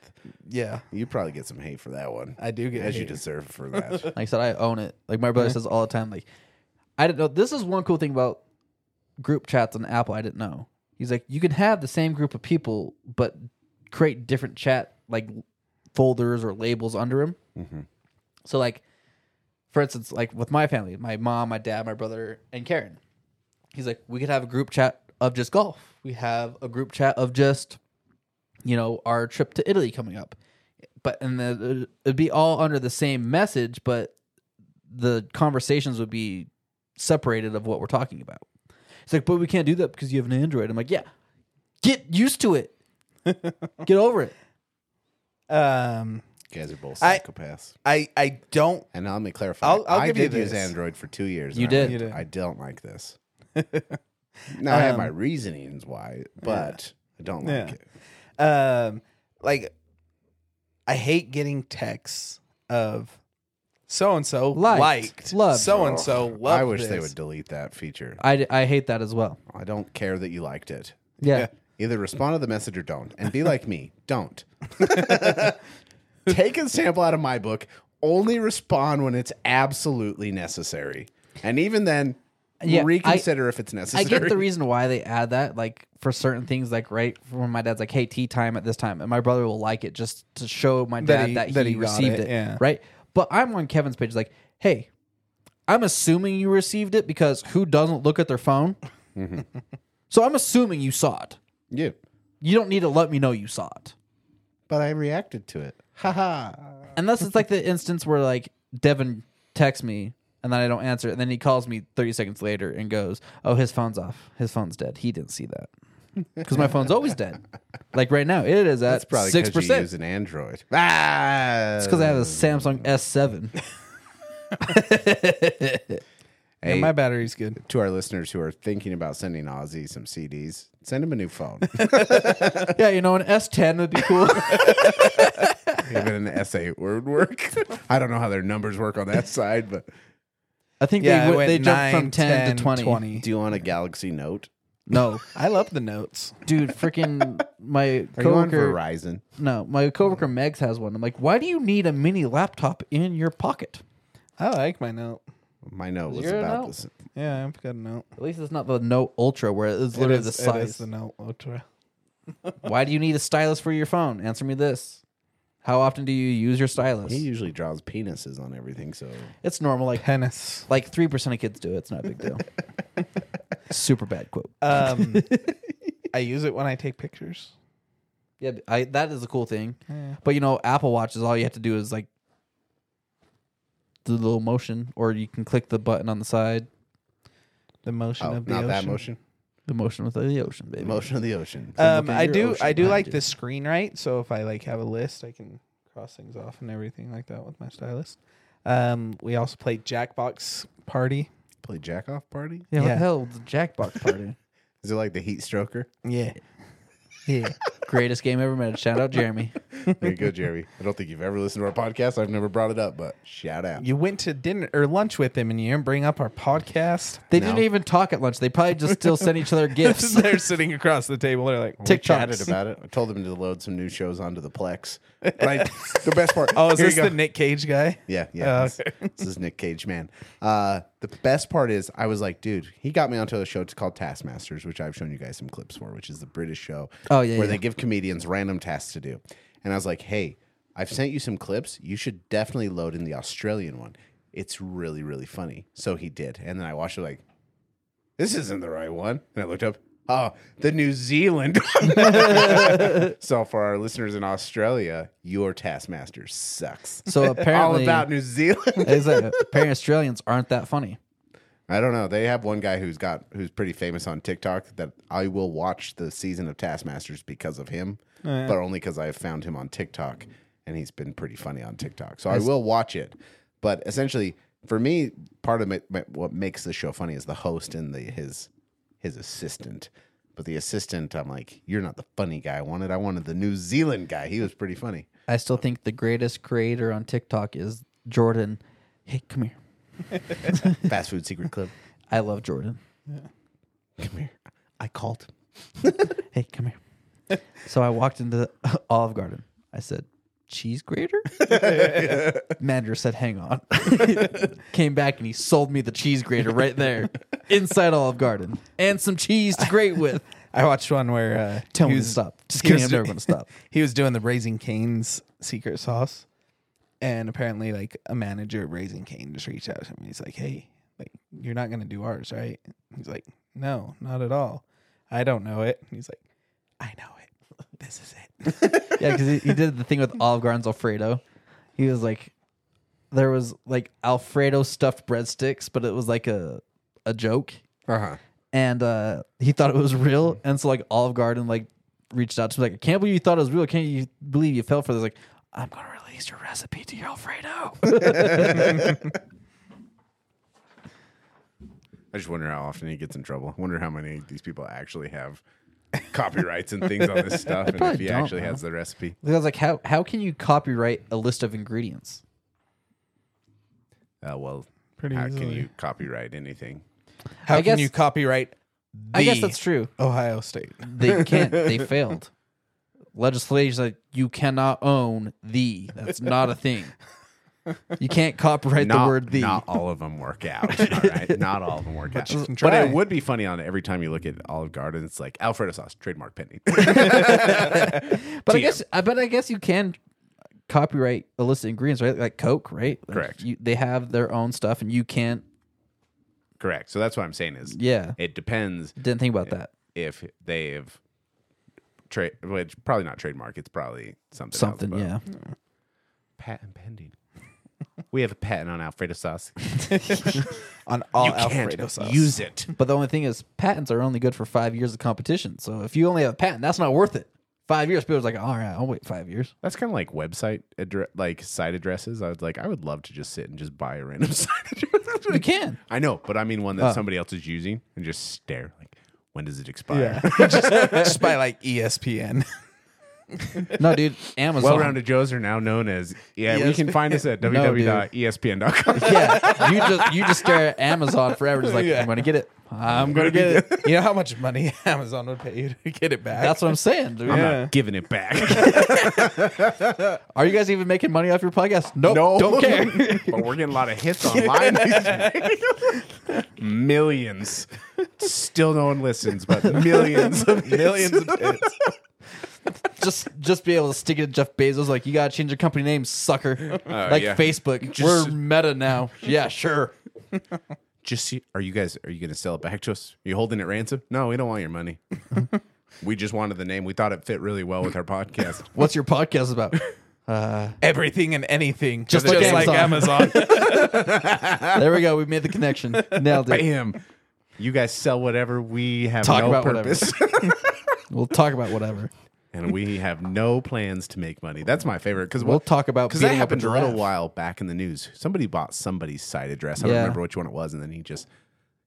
S3: yeah.
S1: You probably get some hate for that one.
S3: I do get
S1: as you
S3: hate.
S1: deserve for that.
S2: like I said, I own it. Like my brother says all the time. Like, I didn't know. This is one cool thing about group chats on Apple. I didn't know. He's like, you can have the same group of people, but create different chat like folders or labels under them. So like, for instance, like with my family, my mom, my dad, my brother, and Karen. He's like, we could have a group chat of just golf. We have a group chat of just, you know, our trip to Italy coming up. But and the, it'd be all under the same message, but the conversations would be separated of what we're talking about. It's like, but we can't do that because you have an Android. I'm like, yeah, get used to it. get over it.
S3: Um
S1: You guys are both
S3: I-
S1: psychopaths.
S3: I I don't
S1: and let me clarify.
S3: I'll- I'll
S1: I
S3: give you
S1: did use
S3: this.
S1: Android for two years.
S2: You
S1: and I
S2: did.
S1: went,
S2: You
S3: did.
S1: I don't like this. now I have my reasonings why, but I don't like
S3: Um, Yeah.
S1: it.
S3: um like I hate getting texts of so and so
S2: Liked,
S3: liked
S2: loved.
S3: so and so loved
S1: I wish they
S3: this.
S1: would delete that feature.
S2: I, I hate that as well.
S1: I don't care that you liked it.
S2: yeah.
S1: Either respond to the message or don't. And be like me. Don't. Take a sample out of my book. Only respond when it's absolutely necessary. And even then,
S2: Yeah, I-
S1: reconsider if it's
S2: I
S1: necessary.
S2: get the reason why they add that, like for certain things, like right when my dad's like, "Hey, tea time at this time," and my brother will like it just to show my
S3: That
S2: dad
S3: he-
S2: that he,
S3: that he got
S2: received
S3: it,
S2: it,
S3: yeah.
S2: right? But I'm on Kevin's page, like, "Hey, I'm assuming you received it because who doesn't look at their phone? so I'm assuming you saw it.
S1: yeah.
S2: You don't need to let me know you saw it."
S1: But I reacted to it. Haha.
S2: unless it's like the instance where like Devin texts me and then I don't answer, and then he calls me 30 seconds later and goes, "Oh, his phone's off. His phone's dead. He didn't see that because my phone's always dead. Like right now, it is at
S1: That's probably
S2: six
S1: because you
S2: percent.
S1: use an Android. Ah,
S2: It's because I have a Samsung S7.
S3: Yeah, my battery's good.
S1: to our listeners who are thinking about sending Ozzy some CDs, send him a new phone.
S2: yeah, you know, an S10 would be cool.
S1: Even an S8 word work. I don't know how their numbers work on that side, but
S2: I think
S3: Yeah, it
S2: they,
S3: went
S2: went, they jumped
S3: 9,
S2: from 10,
S3: 10,
S2: to 20.
S3: 20.
S1: do you want a Galaxy Note?
S2: No,
S3: I love the notes.
S2: dude, freaking my
S1: Are you on
S2: coworker.
S1: Verizon?
S2: No, my coworker Megs has one. I'm like, why do you need a mini laptop in your pocket?
S3: I like my note.
S1: My note was
S2: Zero
S1: about
S2: note.
S1: this.
S3: Yeah, I've got a note.
S2: At least it's not the Note Ultra where it's literally
S3: It is-
S2: the
S3: It is
S2: size.
S3: the note ultra.
S2: Why do you need a stylus for your phone? Answer me this. How often do you use your stylus?
S1: He usually draws penises on everything, so
S2: It's normal. Like
S3: Penis.
S2: like three percent of kids do. it. It's not a big deal. Super bad quote.
S3: Um, I use it when I take pictures.
S2: Yeah, but I, that is a cool thing. But you know, Apple Watch is all you have to do is like the little motion, or you can click the button on the side.
S3: The motion
S1: oh,
S3: of
S1: not
S3: the ocean.
S1: that motion.
S2: The motion with the ocean, baby.
S1: The motion of the ocean.
S3: Um,
S2: Look at
S3: I
S2: your
S3: do.
S2: ocean
S3: I do
S2: behind
S3: like
S2: you.
S3: the screen right. So if I like have a list, I can cross things off and everything like that with my stylist. Um, we also played Jackbox Party.
S1: Play jack off party.
S2: Yeah, what
S3: Yeah.
S2: the hell? The Jackbox party.
S1: Is it like the heat stroker?
S3: Yeah. Yeah.
S2: Greatest game ever made. Shout out Jeremy.
S1: There you go, Jerry. I don't think you've ever listened to our podcast. I've never brought it up, but shout out.
S3: you went to dinner or lunch with him, and you didn't bring up our podcast.
S2: They
S1: No.
S2: didn't even talk at lunch. They probably just still sent each other gifts.
S3: They're sitting across the table. They're like,
S1: We
S2: TikToks.
S1: chatted about it. I told them to load some new shows onto the Plex. But I, the best part.
S3: "Oh, is
S1: here you
S3: this the
S1: go.
S3: Nick Cage guy?"
S1: Yeah, yeah.
S2: Uh,
S3: Oh,
S1: this, this is Nick Cage, man. Uh, the best part is, I was like, dude, he got me onto a show. It's called Taskmasters, which I've shown you guys some clips for, which is the British show.
S2: Oh, yeah,
S1: where
S2: yeah.
S1: they give comedians random tasks to do. And I was like, hey, I've sent you some clips. You should definitely load in the Australian one. It's really, really funny. So he did, and then I watched it like, this isn't the right one. And I looked up. Oh, the New Zealand. so for our listeners in Australia, your Taskmaster sucks.
S2: So apparently,
S1: All about New Zealand.
S2: it's like, apparently Australians aren't that funny.
S1: I don't know. They have one guy who's got who's pretty famous on TikTok that I will watch the season of Taskmasters because of him, but only because I have found him on TikTok and he's been pretty funny on TikTok. So I will watch it. But essentially, for me, part of my, my, what makes the show funny is the host and the his his assistant. But the assistant, I'm like, you're not the funny guy I wanted. I wanted the New Zealand guy. He was pretty funny.
S2: I still think the greatest creator on TikTok is Jordan. Hey, come here.
S1: Fast food secret club.
S2: I love Jordan.
S1: Come here. I called.
S2: Hey, come here. so I walked into the Olive Garden. I said, cheese grater? Manager said, hang on. Came back and he sold me the cheese grater right there inside Olive Garden and some cheese to grate with.
S3: I watched one where uh,
S2: Tell
S3: he
S2: me to
S3: was-
S2: stop. Just
S3: he
S2: kidding,
S3: was
S2: I'm
S3: do-
S2: never gonna stop.
S3: he was doing the Raising Cane's secret sauce, and apparently, like a manager at Raising Cane just reached out to him. and He's like, "Hey, like you're not gonna do ours, right?" He's like, "No, not at all. I don't know it." And he's like, "I know it. This is it."
S2: Yeah, because he, he did the thing with Olive Garden's Alfredo. He was like, there was like Alfredo stuffed breadsticks, but it was like a a joke,
S1: Uh huh.
S2: and uh, he thought it was real. And so like Olive Garden like reached out to him like, I can't believe you thought it was real. Can't you believe you fell for this? Like, I'm gonna release your recipe to your Alfredo.
S1: I just wonder how often he gets in trouble. I wonder how many of these people actually have copyrights and things on this stuff, and if
S2: probably
S1: he
S2: don't,
S1: actually
S2: though.
S1: has the recipe.
S2: I was like, how how can you copyright a list of ingredients?
S1: Uh, well,
S3: Pretty
S1: how can
S3: easily.
S1: you copyright anything?
S3: How
S2: I
S3: can
S2: guess-
S3: you copyright?
S2: I guess
S3: the
S2: that's true.
S3: Ohio State.
S2: They can't. They failed. Legislation that you cannot own the. That's not a thing. You can't copyright
S1: not,
S2: the word the.
S1: not all of them work out. All right, not all of them work out.
S3: you can
S1: But
S3: try.
S1: it would be funny on every time you look at Olive Garden. It's like Alfredo sauce trademark pending.
S2: but I
S1: TM.
S2: guess. I but I guess you can copyright the list of ingredients, right? Like Coke, right? Like,
S1: Correct.
S2: You, they have their own stuff, and you can't.
S1: Correct. So that's what I'm saying is,
S2: Yeah.
S1: it depends
S2: Didn't think about that.
S1: if they've trade, which probably not trademark. It's probably something. else,
S2: Something.
S1: but-
S2: Yeah.
S1: patent pending. we have a patent on Alfredo sauce.
S3: on all Alfredo sauce.
S1: use it.
S2: But the only thing is, patents are only good for five years of competition. So if you only have a patent, that's not worth it. Five years, people's like, all right, I'll wait five years.
S1: That's kind of like website addre- like site addresses. I was like, I would love to just sit and just buy a random site address.
S2: You can.
S1: I know, but I mean one that somebody else is using and just stare like, E when does it expire?
S3: Yeah. just, just by like ESPN.
S2: No, dude, Amazon.
S1: Well-rounded Joes are now known as yeah. You
S3: Yes.
S1: can find us at E
S2: No,
S1: www.espn.com.
S2: Yeah, you just you just stare at Amazon forever. Just like
S3: Yeah.
S2: I'm gonna get it. I'm gonna get it.
S3: you know how much money Amazon would pay you to get it back?
S2: That's what I'm saying, dude.
S1: I'm
S3: Yeah.
S1: not giving it back.
S2: Are you guys even making money off your podcast? Nope. Don't care.
S1: but we're getting a lot of hits online. these days. millions. Still no one listens, but millions of
S3: millions of hits.
S2: just just be able to stick it to Jeff Bezos. Like you gotta change your company name, sucker. like
S1: Oh, yeah.
S2: Facebook.
S1: Just-
S2: We're Meta now. Yeah, sure.
S1: Just see, are you guys are you going to sell it back to us? Are you holding it ransom? No, we don't want your money. we just wanted the name. We thought it fit really well with our podcast.
S2: What's your podcast about?
S3: Everything and anything.
S2: Just
S3: Just,
S2: like
S3: like Amazon.
S2: There we go. We made the connection. Nailed it.
S1: Bam. You guys sell whatever. We have
S2: Talk
S1: no
S2: about whatever.
S1: purpose.
S2: We'll talk about whatever.
S1: and we have no plans to make money. That's my favorite because
S2: We'll talk about
S1: because that
S2: beating up a
S1: happened a little
S2: giraffe.
S1: while back in the news. Somebody bought somebody's site address. I
S2: Yeah.
S1: don't remember which one it was, and then he just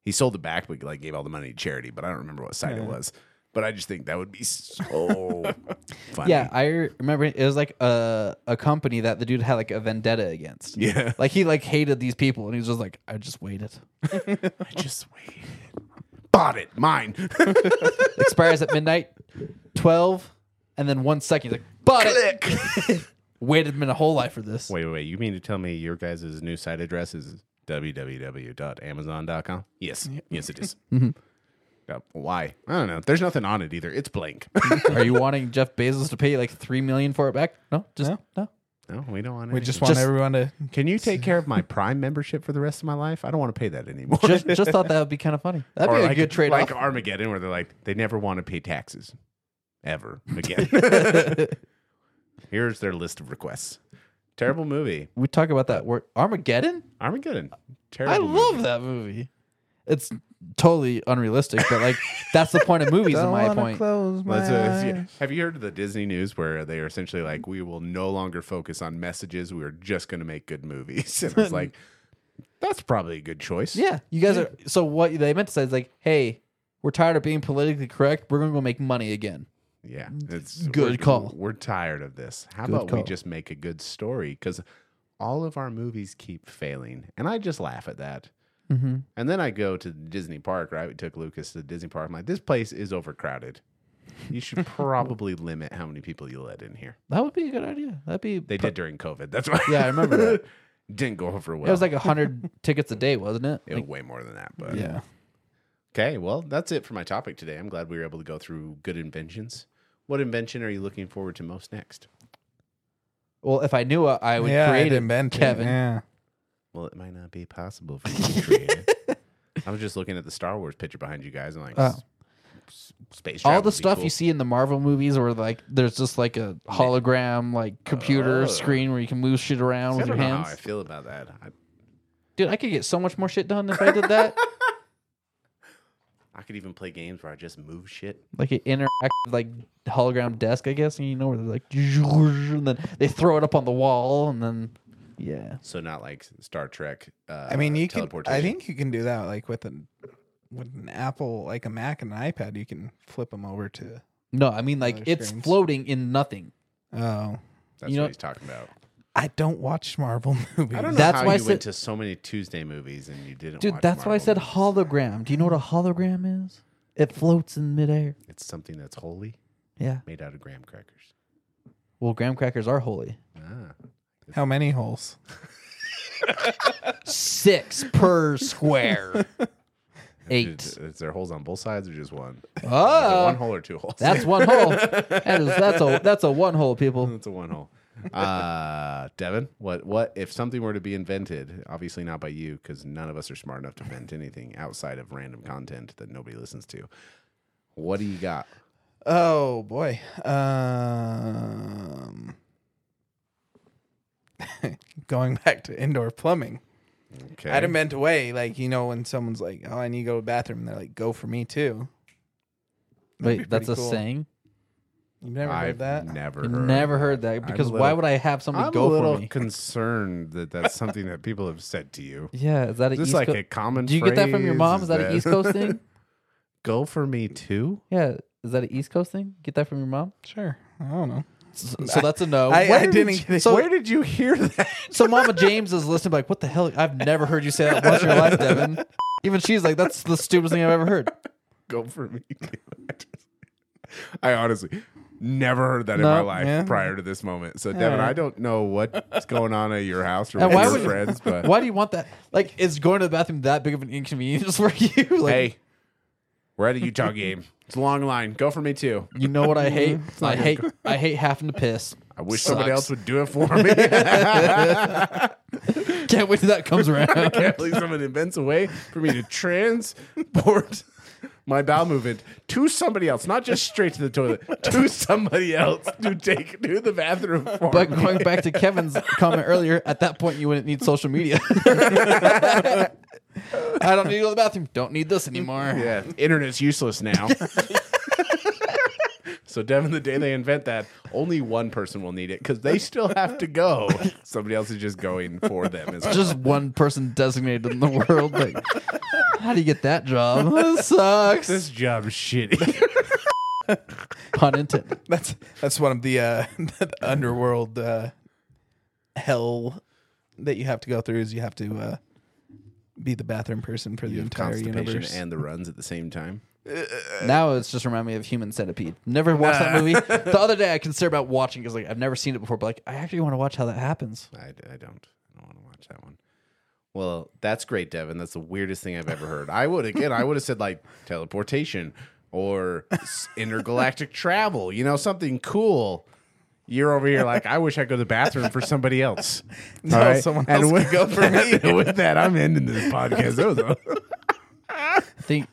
S1: he sold it back, but like gave all the money to charity. But I don't remember what site it was. But I just think that would be so funny.
S2: Yeah, I remember it was like a a company that the dude had like a vendetta against.
S1: Yeah.
S2: Like he like hated these people and he was just like, I just waited.
S1: I just waited. Bought it, mine.
S2: Expires at midnight, twelve, and then one second. He's like, but it
S1: Click.
S2: waited my whole life for this.
S1: Wait, wait, wait. You mean to tell me your guys' new site address is www.amazon.com? Yes. Yes, it is. Uh, why? I don't know. There's nothing on it either. It's blank.
S2: Are you wanting Jeff Bezos to pay you like three million for it back? No, just no.
S3: No.
S1: no, we don't want it.
S3: we just want
S2: Just-
S3: everyone to.
S1: Can you take care of my Prime membership for the rest of my life? I don't want to pay that anymore.
S2: Just just thought that would be kind of funny. That'd
S1: Or
S2: be a
S1: like-
S2: good trade off.
S1: Like Armageddon, where they're like, they never want to pay taxes ever again. Here's their list of requests. Terrible movie.
S2: we talk about that word Armageddon.
S1: Armageddon. Terrible.
S2: I
S1: movie.
S2: love that movie. It's totally unrealistic, but like that's the point of movies. in my point,
S3: Close my
S1: That's a- yeah.
S3: eyes.
S1: uh, Have you heard of the Disney news where they are essentially like, we will no longer focus on messages. We are just going to make good movies. And it's like, that's probably a good choice.
S2: Yeah, you guys are. So what they meant to say is like, hey, we're tired of being politically correct. We're gonna go make money again.
S1: Yeah, it's
S2: Good
S1: we're-
S2: call.
S1: We're tired of this. How
S2: Good
S1: about we
S2: call.
S1: just make a good story? Because all of our movies keep failing, and I just laugh at that. And then I go to Disney Park. Right, we took Lucas to Disney Park. I'm like, this place is overcrowded. You should probably limit how many people you let in here.
S2: That would be a good idea. That'd be.
S1: They did during COVID. That's why.
S2: Yeah, I remember that.
S1: Didn't go over well.
S2: It was like hundred tickets a day, wasn't it?
S1: It was way more than that, but
S2: yeah.
S1: Okay, well, that's it for my topic today. I'm glad we were able to go through good inventions. What invention are you looking forward to most next?
S2: Well, if I knew it, I would
S3: Yeah,
S2: create
S3: I'd
S2: it,
S3: invent it.
S2: Kevin.
S3: Yeah.
S1: Well, it might not be possible for you to create it. I was just looking at the Star Wars picture behind you guys. I'm like,
S2: Oh.
S1: s- space.
S2: All
S1: travel
S2: the
S1: would be
S2: stuff
S1: cool.
S2: you see in the Marvel movies, where like there's just like a hologram, like computer
S1: Oh.
S2: screen where you can move shit around
S1: See, I
S2: with your
S1: don't know how
S2: hands.
S1: I feel about that. I,
S2: Dude, I could get so much more shit done if I did that.
S1: I could even play games where I just move shit.
S2: like an interactive like hologram desk, I guess, and you know where they're like, and then they throw it up on the wall, and then yeah,
S1: So not like Star Trek. Uh,
S3: I mean, you can. I
S1: teleportation.
S3: think you can do that, like with an with an Apple, like a Mac and an iPad. You can flip them over to.
S2: no, I mean like
S3: Other
S2: it's
S3: screens.
S2: floating in nothing.
S3: Oh,
S1: that's
S2: you
S1: what
S2: know-
S1: he's talking about.
S3: I don't watch Marvel movies.
S1: I don't know
S2: That's
S1: how
S2: why I
S1: you went to
S2: said-
S1: so many Tuesday movies and you didn't.
S2: Dude,
S1: watch
S2: that's why I
S1: Marvel
S2: said
S1: movies.
S2: hologram. Do you know what a hologram is? It floats in midair.
S1: It's something that's holy,
S2: Yeah.
S1: made out of graham crackers.
S2: Well, graham crackers are holy.
S1: Ah,
S3: How many holes?
S2: Six per square. Eight.
S1: Is, is there holes on both sides or just one? Is it one
S2: Oh,
S1: hole or two holes?
S2: that's one hole. That is that's a that's a one hole, people.
S1: That's a one hole. Uh, Devin, what what if something were to be invented? Obviously not by you, because none of us are smart enough to invent anything outside of random content that nobody listens to. What do you got?
S3: Oh boy. Um, going back to indoor plumbing.
S1: Okay,
S3: I'd invent a way, like you know, when someone's like, "Oh, I need to go to the bathroom," and they're like, "Go for me too." That'd be
S2: Wait, that's a
S3: pretty cool.
S2: saying.
S3: You've never
S1: I've
S3: heard that?
S1: never
S2: You
S1: heard.
S2: never heard that because why
S1: little-
S2: would I have somebody
S1: I'm a
S2: go
S1: little
S2: for me?
S1: concerned that that's something that people have said to you.
S2: Yeah, is that an
S1: Is this
S2: East
S1: like
S2: Co-
S1: a common?
S2: Do you get that from your
S1: phrase?
S2: mom? Is that an East Coast thing?
S1: Go for me too.
S2: Yeah, is that an East Coast thing? Get that from your mom?
S3: Sure. I don't know.
S2: So, so that's a no.
S3: I,
S2: Where
S3: I
S2: did
S3: didn't. e-
S2: you-
S3: get it.
S2: So
S1: Uh, Where did you hear that?
S2: So Mama James is listening, like, what the hell? I've never heard you say that once in your life, Devin. Even she's like, that's the stupidest thing I've ever heard.
S1: Go for me. I honestly never heard that in my
S2: No,
S1: life
S3: yeah.
S1: prior to this moment. So Devin, I don't know what's going on at your house or
S2: And
S1: with
S2: why
S1: your
S2: would-
S1: friends, but
S2: Why do you want that? Like, is going to the bathroom that big of an inconvenience for you? Like,
S1: hey, we're at a Utah game. It's a long line. Go for me too.
S2: you know what I
S1: Mm-hmm.
S2: hate? I hate I hate having to piss.
S1: I wish somebody
S2: Sucks.
S1: else would do it for me.
S2: Can't wait till that comes around.
S1: At least someone invents a way for me to transport my bowel movement to somebody else, not just straight to the toilet, to somebody else to take to the bathroom for
S2: But
S1: me.
S2: going back to Kevin's comment earlier, at that point you wouldn't need social media. I don't need to go to the bathroom. Don't need this anymore.
S1: Yeah, internet's useless now. so Devin, the day they invent that, only one person will need it because they still have to go. Somebody else is just going for them. Is
S2: Just one person designated in the world. Like, how do you get that job? That sucks.
S1: this job shitty.
S2: Pun intended.
S3: That's that's one of the, uh, the underworld uh, hell that you have to go through is you have to uh, be the bathroom person for the entire universe.
S1: and the runs at the same time.
S2: Now it's just remind me of Human Centipede. Never watched that movie. The other day I considered about watching because like I've never seen it before, but like I actually want to watch how that happens.
S1: I, I don't. I don't want to watch that one. Well, that's great, Devin. That's the weirdest thing I've ever heard. I would again. I would have said like teleportation or s- intergalactic travel. You know, something cool. You're over here like I wish I would go to the bathroom for somebody else.
S3: No, someone else
S1: with,
S3: could go for me.
S1: with that, I'm ending this podcast. That was a-
S2: I think